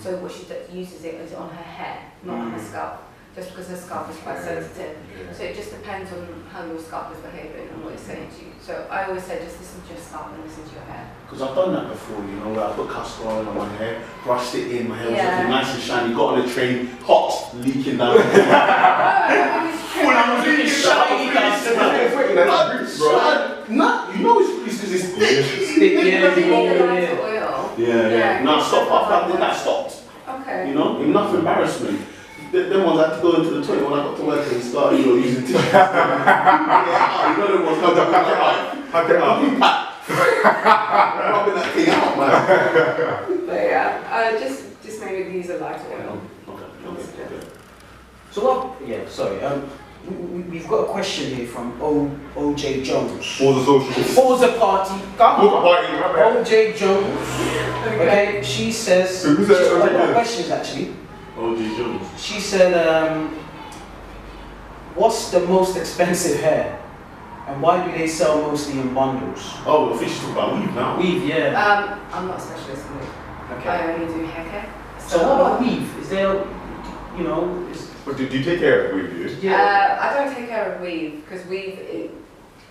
Speaker 4: So what she d- uses it is on her hair, not on her
Speaker 2: Mm.
Speaker 4: scalp. Just because her scalp is quite
Speaker 1: Yeah.
Speaker 4: sensitive. So it just depends on how your scalp is behaving and what it's saying to you. So I always say just listen to your scalp and listen to your hair.
Speaker 3: (laughs) Because I've done that before, you know, where I put castor oil on my hair, brushed it in, my hair was
Speaker 4: Yeah.
Speaker 3: looking nice and shiny, got on a train, hot, leaking down. (laughs) Shiny,
Speaker 4: Oh,
Speaker 3: Nah, you know it's grease because it's thick.
Speaker 2: Thick, yeah,
Speaker 4: You need the
Speaker 2: yeah,
Speaker 4: lighter
Speaker 2: yeah.
Speaker 4: oil.
Speaker 3: Yeah,
Speaker 4: Yeah.
Speaker 3: yeah. Now stop. I found that that stopped.
Speaker 4: Okay.
Speaker 3: You know, enough embarrassment. Th- Them ones I had to go into the toilet when I got to work and (laughs) start, you know, using tissues. yeah, you know, them ones come to
Speaker 1: Hack it up.
Speaker 3: (laughs) Impact. Rubbing that thing out, man.
Speaker 4: But yeah, uh, just just maybe use a lighter oil.
Speaker 3: Okay, okay, okay.
Speaker 2: So what? Yeah, sorry. Um, we, we, we've got a question here from O OJ Jones.
Speaker 1: All the socials.
Speaker 2: What was the party?
Speaker 1: All the
Speaker 2: Come on.
Speaker 1: party, my bad.
Speaker 2: OJ Jones. Okay, she says.
Speaker 1: So who's that
Speaker 2: she's
Speaker 1: OJ
Speaker 2: got a lot of
Speaker 1: Jones?
Speaker 2: questions actually.
Speaker 3: OG Jones.
Speaker 2: She said, um, "What's the most expensive hair, and why do they sell mostly in bundles?"
Speaker 3: Oh, well, fish talk about weave (laughs) now.
Speaker 2: Weave, yeah.
Speaker 4: Um, I'm not a specialist in it.
Speaker 2: Okay.
Speaker 4: I only do hair
Speaker 2: Uh,
Speaker 4: care. Uh,
Speaker 2: So what about weave? Is there, you know, is,
Speaker 1: But do, do you take care of weed, dude?
Speaker 2: yeah.
Speaker 4: Uh, I don't take care of weave because weave it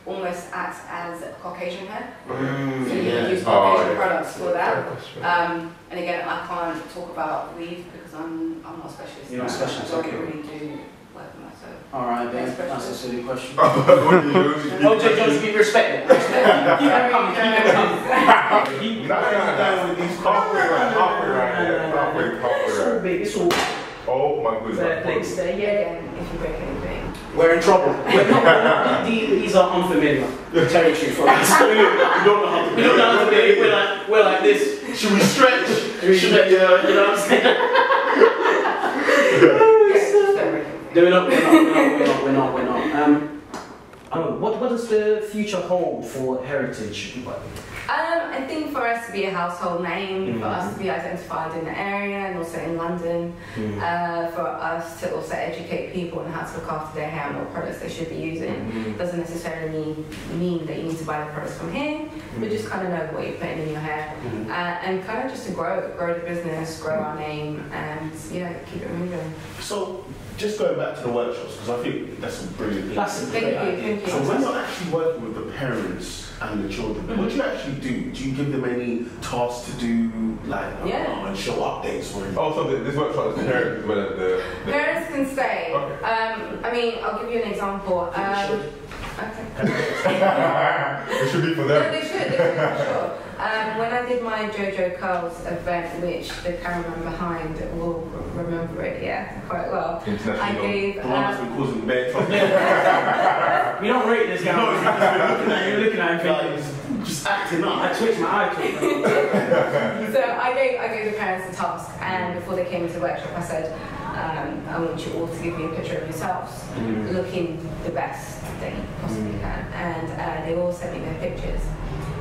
Speaker 4: almost acts as Caucasian hair.
Speaker 2: Hmm,
Speaker 4: So you
Speaker 3: yeah.
Speaker 4: can use
Speaker 1: Oh,
Speaker 4: Caucasian
Speaker 1: yeah.
Speaker 4: products for that.
Speaker 1: Yeah,
Speaker 4: Um, and again, I can't talk about weave because I'm I'm not a specialist.
Speaker 2: You're not a
Speaker 4: in that.
Speaker 2: specialist,
Speaker 4: I don't
Speaker 2: okay.
Speaker 4: really do work myself.
Speaker 2: All right, then. That's a silly question.
Speaker 1: Oh,
Speaker 2: (laughs) OJ Jones,
Speaker 1: that's right.
Speaker 2: be (laughs) respected. Keep it coming. Keep it coming.
Speaker 1: Nah, nah, nah, nah, he's halfway right, halfway right there, halfway,
Speaker 2: It's
Speaker 1: halfway
Speaker 2: all
Speaker 1: right.
Speaker 2: big. It's all
Speaker 1: Oh my goodness.
Speaker 2: fair
Speaker 1: (laughs)
Speaker 2: place there. Yeah.
Speaker 4: Again, if you break anything.
Speaker 2: We're in trouble. We're not, these, these are unfamiliar territory for us.
Speaker 3: We don't know how to
Speaker 2: We don't know how to do it. We're like, we're like this.
Speaker 3: Should we stretch? Should we,
Speaker 2: Should we-
Speaker 3: uh,
Speaker 2: You know what I'm saying?
Speaker 4: Yeah, just don't break anything.
Speaker 2: No, we're not. We're not. We're not. We're not. We're not. Um, oh, what, what does the future hold for heritage?
Speaker 4: Um, I think for us to be a household name, for us to be identified in the area and also in London, uh, for us to also educate people on how to look after their hair and what products they should be using. Doesn't necessarily mean, mean that you need to buy the products from here, but just kind of know what you're putting in your hair
Speaker 3: Mhm.
Speaker 4: uh, and kind of just to grow, grow the business, grow our name, and yeah, keep it moving.
Speaker 3: So, just going back to the workshops, because I think that's a brilliant thing.
Speaker 2: That's a
Speaker 4: Thank
Speaker 2: great
Speaker 4: you,
Speaker 2: idea.
Speaker 4: thank
Speaker 3: So when you're actually working with the parents and the children, what do you actually do? Do you give them any tasks to do, like I don't
Speaker 4: Yeah.
Speaker 3: know, and show updates or anything?
Speaker 1: Oh, so this workshop is parent is one of the. the-
Speaker 4: Parents can stay.
Speaker 1: Okay.
Speaker 4: Um, I mean, I'll give you an example. Um, okay.
Speaker 1: It should be for
Speaker 4: No,
Speaker 1: them.
Speaker 4: they should, they should, for sure. Um, when I did my JoJo Curls event, which the cameraman behind will remember it, yeah, quite well. I
Speaker 1: International.
Speaker 4: gave,
Speaker 3: The one that's
Speaker 4: um,
Speaker 3: been causing bad (laughs) trouble.
Speaker 2: We don't rate this guy. You're looking at him
Speaker 3: Like,
Speaker 2: thinking,
Speaker 3: he's just acting
Speaker 2: I
Speaker 3: up.
Speaker 2: twitched my eye to it.
Speaker 4: um, so I gave, I gave the parents a task, and before they came into the workshop, I said, um, I want you all to give me a picture of yourselves looking the best that you possibly can. And uh, they all sent me their pictures.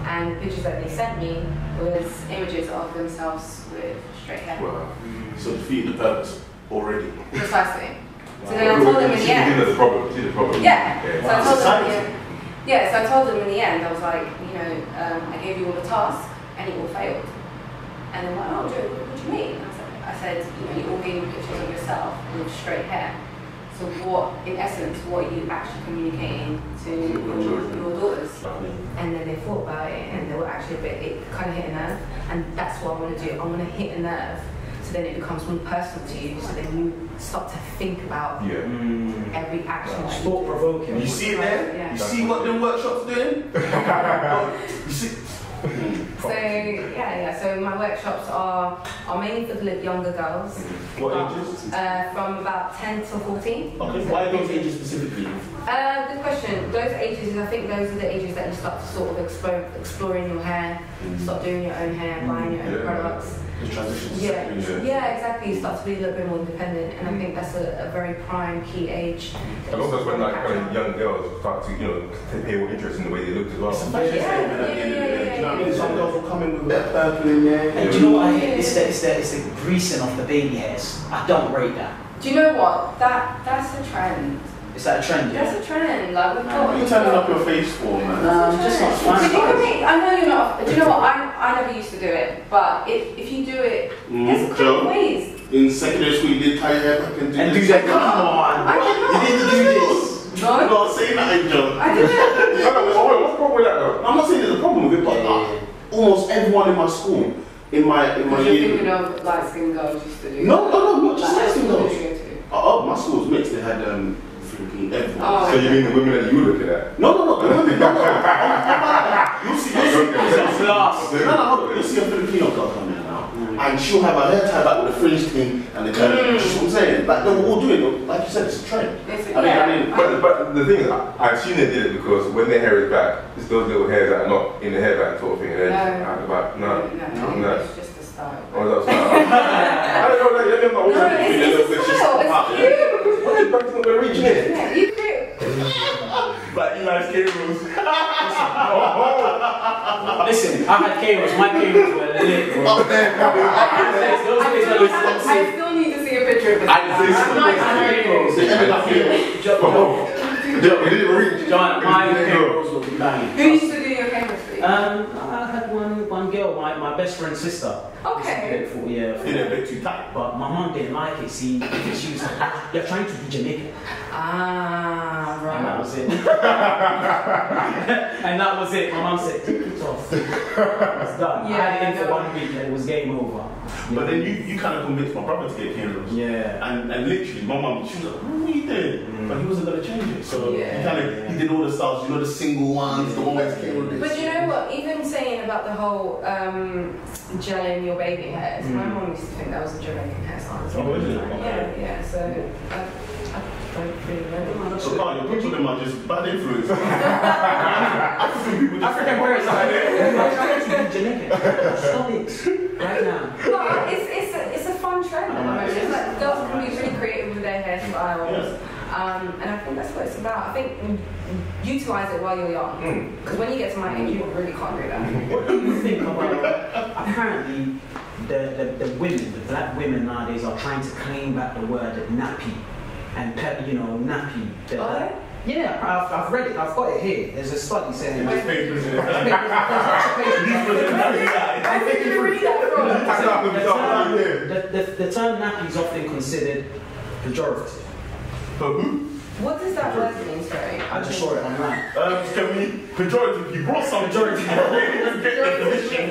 Speaker 4: And the pictures that they sent me was images of themselves with straight hair.
Speaker 1: Wow.
Speaker 3: So defeating the purpose already.
Speaker 4: Precisely. So then I told them in
Speaker 1: She's
Speaker 4: the end.
Speaker 1: the problem. She's the problem.
Speaker 4: Yeah. So I
Speaker 1: Yeah.
Speaker 4: told them.
Speaker 3: Society.
Speaker 4: Yeah. yeah. So I told them in the end. I was like, you know, um, I gave you all the tasks and you all failed. And they were like, oh, Joe, what what do you mean? I was like- I said, you know, you all gave me pictures of yourself with straight hair. So what, in essence, what are you actually communicating to your, your daughters? and then they thought about it and they were actually a bit it kind of hit a nerve and that's what I want to do I want to hit a nerve so then it becomes more personal to you so then you start to think about
Speaker 1: Yeah.
Speaker 2: Hmm.
Speaker 4: every action that you
Speaker 2: Thought
Speaker 4: do.
Speaker 2: provoking.
Speaker 3: You see it there?
Speaker 4: Yeah.
Speaker 3: You see what them workshops doing? you see?
Speaker 4: so yeah yeah so my workshops are are mainly for the li- younger girls
Speaker 3: What ages?
Speaker 4: uh, from about 10 to 14
Speaker 3: Okay, why those ages specifically?
Speaker 4: Uh, good question. Those ages, I think those are the ages that you start to sort of explore, exploring your hair,
Speaker 3: Mm.
Speaker 4: start doing your own hair, buying your own
Speaker 1: Yeah.
Speaker 4: products.
Speaker 3: The transitions.
Speaker 4: Yeah,
Speaker 1: Yeah.
Speaker 4: yeah, exactly. You start to be a little bit more independent,
Speaker 3: Mm.
Speaker 4: and I think that's a, a very prime key age.
Speaker 1: And also when like kind of young girls start to you know pay more interest in the way they look as
Speaker 3: It's a
Speaker 1: well.
Speaker 3: fashion
Speaker 4: Yeah,
Speaker 3: statement at the end of the day. Do you know what I mean?
Speaker 4: yeah,
Speaker 3: Some girls will come in with that purple in there.
Speaker 2: And do you know what I hate? It's the, it's the, it's the greasing of the baby hairs. I don't rate that.
Speaker 4: Do you know what? That that's a trend.
Speaker 2: Is that a trend? Yeah.
Speaker 4: That's a trend. Like we've got.
Speaker 3: What are you turning up your face for, man?
Speaker 2: Nah, I'm just not
Speaker 4: But
Speaker 2: fine.
Speaker 4: you
Speaker 2: about
Speaker 4: can
Speaker 2: it.
Speaker 4: make, I know you're not. Do you know what? I, I never used to do it, but if, if you do it, there's a
Speaker 3: Mm,
Speaker 4: couple
Speaker 3: Joe,
Speaker 4: ways.
Speaker 3: in secondary school, you did tie your hair back and do
Speaker 2: And do
Speaker 3: this.
Speaker 2: that. Come on.
Speaker 4: I
Speaker 3: You
Speaker 4: did
Speaker 3: didn't do this.
Speaker 4: not. No,
Speaker 3: I'm not saying that, eh, Joe. (laughs)
Speaker 4: I didn't.
Speaker 1: No, no, wait, wait, what's wrong with that though?
Speaker 3: I'm not saying there's a problem with it, but uh, almost everyone in my school, in my in my
Speaker 4: Because you're thinking
Speaker 3: year.
Speaker 4: of light skinned girls used to do.
Speaker 3: No, no, no, not just
Speaker 4: Like,
Speaker 3: light skin
Speaker 4: what did
Speaker 3: girls.
Speaker 4: you go to?
Speaker 3: Oh, my school was mixed. They had um, Philippine, everyone.
Speaker 4: Oh.
Speaker 1: So you mean the women that you look at?
Speaker 3: No, no, no, no, no, no, no, no. You see, you see,
Speaker 1: Okay.
Speaker 2: That's last.
Speaker 3: no, no, no, you see a Filipino girl come in now. and she'll have her hair tied back with a fringe thing and the kind
Speaker 4: Mm.
Speaker 3: of, just what I'm saying, like they were all doing it, like you said, it's a trend.
Speaker 4: It's,
Speaker 3: I mean, I
Speaker 4: yeah.
Speaker 3: mean,
Speaker 1: But, but the thing is, I, I assume they did it because when their hair is back, it's those little hairs that are not in the hairband sort of thing, and they're just
Speaker 4: No.
Speaker 1: out the back. No.
Speaker 4: no,
Speaker 1: no.
Speaker 4: it's just a style.
Speaker 1: I
Speaker 3: Oh,
Speaker 1: was outside. I don't know, like, you're not
Speaker 4: No,
Speaker 1: always
Speaker 4: it's,
Speaker 1: happy with your
Speaker 4: it's a
Speaker 1: little bitches
Speaker 4: style.
Speaker 1: pop out.
Speaker 4: It's cute.
Speaker 1: What is back to the region it?
Speaker 4: Yeah, you could.
Speaker 1: Like, you know, escape rooms.
Speaker 2: Listen, I had cables, my cables were lit.
Speaker 3: (laughs)
Speaker 2: bro.
Speaker 1: Up there, man, up there.
Speaker 2: Those days
Speaker 4: I
Speaker 2: are like
Speaker 4: still, haven't- I still need to see a picture of it.
Speaker 1: I see
Speaker 4: I'm not
Speaker 1: some
Speaker 4: exaggerating.
Speaker 3: They ended up here.
Speaker 2: John,
Speaker 1: Yeah, we didn't reach.
Speaker 2: John, my
Speaker 1: Yeah.
Speaker 2: cables were banging.
Speaker 4: Who used to do your camera for you?
Speaker 2: Um, I had one one girl, my, my best friend's sister.
Speaker 4: Okay.
Speaker 2: For, yeah, for-
Speaker 3: Did it a bit too tight.
Speaker 2: but my mom didn't like it. See, she was like, "You're trying to be Jamaican,"
Speaker 4: Ah,
Speaker 2: and that
Speaker 4: right.
Speaker 3: (laughs)
Speaker 2: was it. and that was it. My mom said, "Take it off." It's done. I had it in for
Speaker 4: Yeah,
Speaker 2: one week, and it was game over.
Speaker 3: But then you, you kind of convinced my brother to get cameras.
Speaker 2: yeah.
Speaker 3: And, and literally, my mum, she was like, what are you doing?
Speaker 2: Mm.
Speaker 3: But he wasn't going to change it. So
Speaker 4: Yeah.
Speaker 3: he, kind of, he did all the styles, you know, the single ones, the one that's came with
Speaker 4: But
Speaker 3: this.
Speaker 4: you know what? Even saying about the whole um, gelling your baby hairs, my
Speaker 2: Mm.
Speaker 4: mom used to think that was a Jamaican hairstyle. as
Speaker 3: Oh,
Speaker 4: well.
Speaker 3: is it?
Speaker 4: Yeah, yeah. So I, I don't really know.
Speaker 3: So oh, Carl, your people them are just bad influence. African people just-
Speaker 2: African words are You're trying to be Jamaican. Stop it right now.
Speaker 4: But it's, it's, a, it's a fun trend at the moment. It's like girls can be really creative with their hairstyles. Um, and I think that's what it's about. I think mm, utilize it while you're young.
Speaker 2: Mm.
Speaker 4: Because when you get to my age, you really can't do that.
Speaker 2: What do you think about apparently the, the, the women, the black women nowadays are trying to claim back the word nappy and pe- you know nappy. The-
Speaker 4: Are they?
Speaker 2: Yeah, I've, I've read it. I've got it here. There's a study saying.
Speaker 3: Just papers in
Speaker 2: (laughs)
Speaker 3: it.
Speaker 4: I think you read that from.
Speaker 1: Pack up and
Speaker 2: The
Speaker 1: stop right
Speaker 2: term,
Speaker 1: there.
Speaker 2: the, the, the term nappy is often considered pejorative.
Speaker 4: What does that word mean, sorry?
Speaker 2: I just saw it online.
Speaker 3: Um, can we pejorative? You brought some pejorative.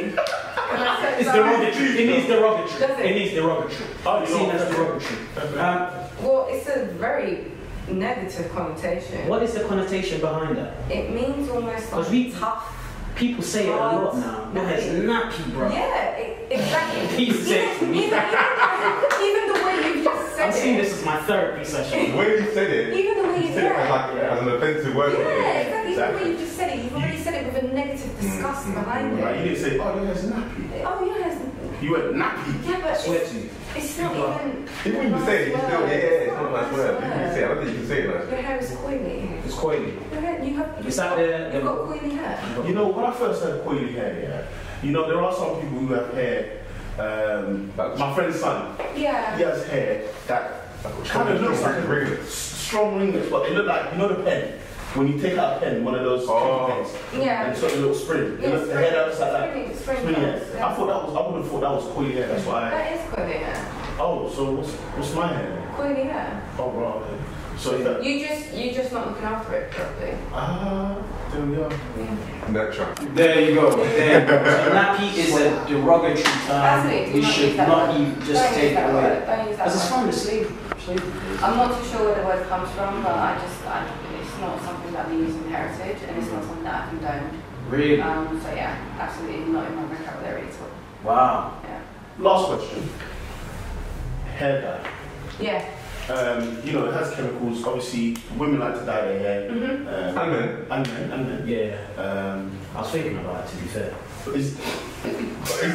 Speaker 2: It's derogatory. It means derogatory. It means derogatory.
Speaker 3: Oh,
Speaker 2: It's seen as derogatory. Um,
Speaker 4: Well, it's a very negative connotation.
Speaker 2: what is the connotation behind that?
Speaker 4: It means almost
Speaker 2: Because
Speaker 4: like
Speaker 2: we-
Speaker 4: tough.
Speaker 2: People say it a lot now. No, it's nappy, bro.
Speaker 4: Yeah, e-
Speaker 1: (laughs)
Speaker 4: exactly.
Speaker 2: He said to
Speaker 4: even,
Speaker 2: me.
Speaker 4: even, even the way you just said
Speaker 2: I'm seeing
Speaker 4: it.
Speaker 2: this as my therapy (laughs) session.
Speaker 1: When you said it,
Speaker 4: Even the way you
Speaker 1: you said it as,
Speaker 4: yeah.
Speaker 1: like, as an offensive word.
Speaker 4: Yeah, exactly. Even the
Speaker 3: Exactly.
Speaker 4: way you just said it, you've already said it with a negative
Speaker 1: Mm,
Speaker 4: disgust behind
Speaker 3: Right,
Speaker 4: it.
Speaker 3: you didn't say, oh, your hair's nappy.
Speaker 4: Oh, yes.
Speaker 3: You went nappy.
Speaker 4: Yeah,
Speaker 2: I
Speaker 4: but
Speaker 2: swear
Speaker 4: it's,
Speaker 2: to you.
Speaker 4: it's not even.
Speaker 1: Even when you say it, it's still, yeah, yeah, it's not a nice word. Even when you say it, I don't think you can say it nice.
Speaker 4: Your hair is coily.
Speaker 2: It's coily.
Speaker 4: Your hair, you have.
Speaker 2: Is that the-
Speaker 4: You've got coily hair.
Speaker 3: You know, when I first heard coily hair, yeah, you know, there are some people who have hair. Um,
Speaker 1: Back.
Speaker 3: my friend's son,
Speaker 4: Yeah.
Speaker 3: he has hair that kind
Speaker 1: Kind
Speaker 3: of looks like
Speaker 1: a
Speaker 3: a
Speaker 1: ring.
Speaker 3: s- strong ringlets, but they look like, you know, the pen. When you take out a pen, one of those
Speaker 1: Oh.
Speaker 3: pens,
Speaker 4: Yeah.
Speaker 3: and it's got a little spring.
Speaker 4: Yeah,
Speaker 3: It looks- the
Speaker 4: spring-
Speaker 3: hair that looks like that.
Speaker 4: spring- spring
Speaker 3: Spring
Speaker 4: buds,
Speaker 3: hair.
Speaker 4: yeah.
Speaker 3: I thought that was, I would have thought that was coily hair, that's why I-
Speaker 4: That is coily hair.
Speaker 3: Oh, so what's, what's my hair?
Speaker 4: Coily hair.
Speaker 3: Oh, right. okay. So is that.
Speaker 4: You just, you just not looking after it properly.
Speaker 3: Ah, there we are.
Speaker 1: Natural.
Speaker 2: There you go. There. So nappy is a derogatory
Speaker 4: That's
Speaker 2: term.
Speaker 4: it.
Speaker 2: Um, We
Speaker 4: You
Speaker 2: should
Speaker 4: might
Speaker 2: not
Speaker 4: use
Speaker 2: even just
Speaker 4: Don't
Speaker 2: take
Speaker 4: use that
Speaker 2: away.
Speaker 4: word. Don't use that
Speaker 2: Because it's
Speaker 4: word.
Speaker 2: from the slave. slave.
Speaker 4: I'm not too sure where the word comes from, but I just, I, it's not something that we use in heritage, and it's not something that I condone.
Speaker 2: Really?
Speaker 4: Um, so yeah, absolutely not in my vocabulary at all.
Speaker 2: Wow.
Speaker 4: Yeah.
Speaker 3: Last question. Hair dye.
Speaker 4: Yeah.
Speaker 3: Um, you know, it has chemicals. Obviously, women like to dye their hair.
Speaker 4: Mm-hmm.
Speaker 1: And
Speaker 3: Um,
Speaker 1: then,
Speaker 3: And men, and men.
Speaker 2: Yeah.
Speaker 3: Um,
Speaker 2: I was thinking about it to be fair.
Speaker 3: is, is
Speaker 1: (laughs)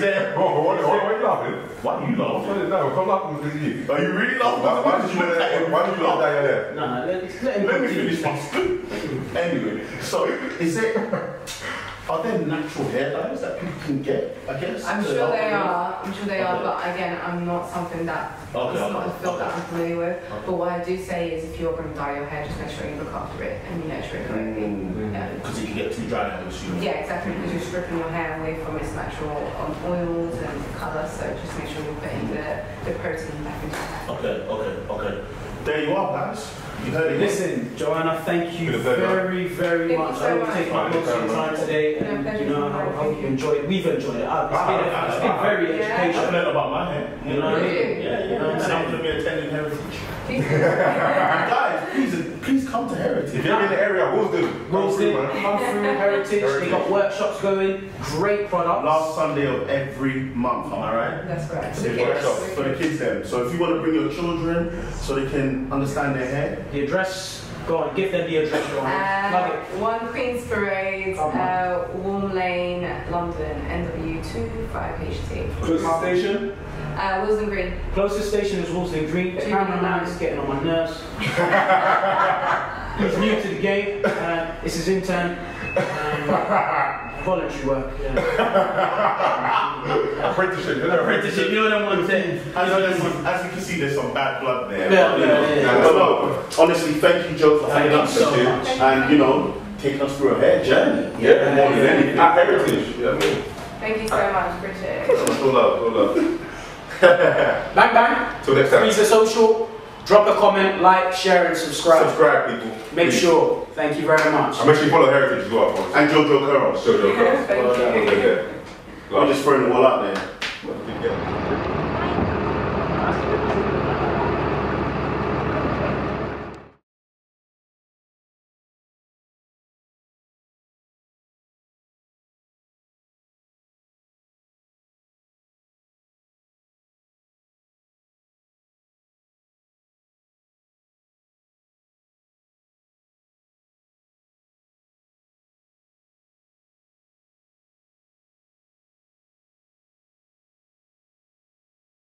Speaker 3: there.
Speaker 1: oh, why, why, why are you laughing?
Speaker 3: Why do you
Speaker 1: Why
Speaker 3: laugh?
Speaker 1: did- No, come laughing because of you.
Speaker 3: Are you really laughing?
Speaker 1: Why, why did you want to, why did you want to die there?
Speaker 2: No, no, let, let him
Speaker 3: Let me
Speaker 2: continue.
Speaker 3: finish my story. Anyway, so is there. Are there natural hair dyes that people can get? I guess.
Speaker 4: I'm
Speaker 3: to
Speaker 4: sure
Speaker 3: help
Speaker 4: they
Speaker 3: them?
Speaker 4: are. I'm sure they are. But again, I'm not something that
Speaker 3: Okay,
Speaker 4: it's not a
Speaker 3: okay,
Speaker 4: field that I'm familiar with.
Speaker 3: Okay.
Speaker 4: But what I do say is, if you're going to dye your hair, just make sure you look after it and you nurture it correctly.
Speaker 3: Mm.
Speaker 4: Yeah.
Speaker 3: Because it can get too dry, I'm assuming.
Speaker 4: Yeah, exactly. Because you're stripping your hair away from its natural um, oils and colour. So just make sure you're putting the, the protein back into your hair.
Speaker 3: Okay, okay, okay. There you are, guys. You heard it.
Speaker 2: Listen, Joanna, thank you
Speaker 1: Been a pleasure.
Speaker 2: very, very
Speaker 4: Thank you
Speaker 2: much.
Speaker 4: so
Speaker 2: I will
Speaker 4: much.
Speaker 2: take up most of your time today,
Speaker 4: No,
Speaker 2: and
Speaker 4: pleasure
Speaker 2: you know,
Speaker 4: is
Speaker 2: I
Speaker 4: mine.
Speaker 2: hope you enjoyed. We've enjoyed it. Uh, It's been, a- it's been very
Speaker 4: Yeah.
Speaker 3: I've
Speaker 2: educational.
Speaker 3: learned about my hair.
Speaker 2: You know what I mean?
Speaker 4: Thank you.
Speaker 3: Yeah, yeah. And I'm going to be attending heritage. (laughs)
Speaker 4: Thank you.
Speaker 3: Guys, please, please come come to
Speaker 1: If
Speaker 3: Heritage.
Speaker 1: you're in the area, we'll do. it. Come
Speaker 2: Wilson,
Speaker 1: through, man.
Speaker 2: Humphrey, Heritage, they got workshops going, great products.
Speaker 3: Last Sunday of every month, am I right?
Speaker 4: That's right.
Speaker 1: So you've got yourself.
Speaker 3: For the kids then. So if you want to bring your children so they can understand their hair,
Speaker 2: The address, go on, give them the address, go on. Plug
Speaker 4: Uh,
Speaker 2: it.
Speaker 4: one Queen's Parade,
Speaker 2: Come on.
Speaker 4: uh, Warm Lane, London, NW2 5HT.
Speaker 1: Closest station?
Speaker 4: Uh, Wilson Green.
Speaker 2: Closest station is Wolseley Green. The
Speaker 4: Two
Speaker 2: cameraman
Speaker 4: nine.
Speaker 2: is getting on my nerves. He's new to the game. Uh, it's his intern. Um, voluntary work. Yeah.
Speaker 1: Apprenticeship. isn't it?
Speaker 2: Apprenticeship, you know what I want to say.
Speaker 3: as, there's some- as you can see, there's some bad blood there.
Speaker 2: Yeah,
Speaker 3: but, you
Speaker 2: yeah,
Speaker 3: know,
Speaker 2: yeah,
Speaker 1: yeah.
Speaker 3: but no, honestly, thank you, Joe, for
Speaker 2: Thank
Speaker 3: hanging
Speaker 2: you
Speaker 3: out
Speaker 2: so
Speaker 3: with
Speaker 2: much.
Speaker 3: and you know, taking us through a hair journey.
Speaker 1: Yeah,
Speaker 3: more than anything.
Speaker 1: At Heritage. Yeah, I mean,
Speaker 4: Thank you so much, Richard.
Speaker 1: it's all love, all love.
Speaker 2: Bang bang.
Speaker 1: Till next time.
Speaker 2: Freezer social. Drop a comment, like, share, and subscribe.
Speaker 1: Subscribe, people.
Speaker 2: Make
Speaker 1: Please.
Speaker 2: sure. Thank you very much.
Speaker 1: And make sure you follow Heritage as well. folks.
Speaker 3: And Jojo Curls.
Speaker 1: Show your girls.
Speaker 4: Thank you.
Speaker 1: Okay, yeah.
Speaker 3: I'm
Speaker 1: Love.
Speaker 3: just throwing it all out there.
Speaker 1: Yeah.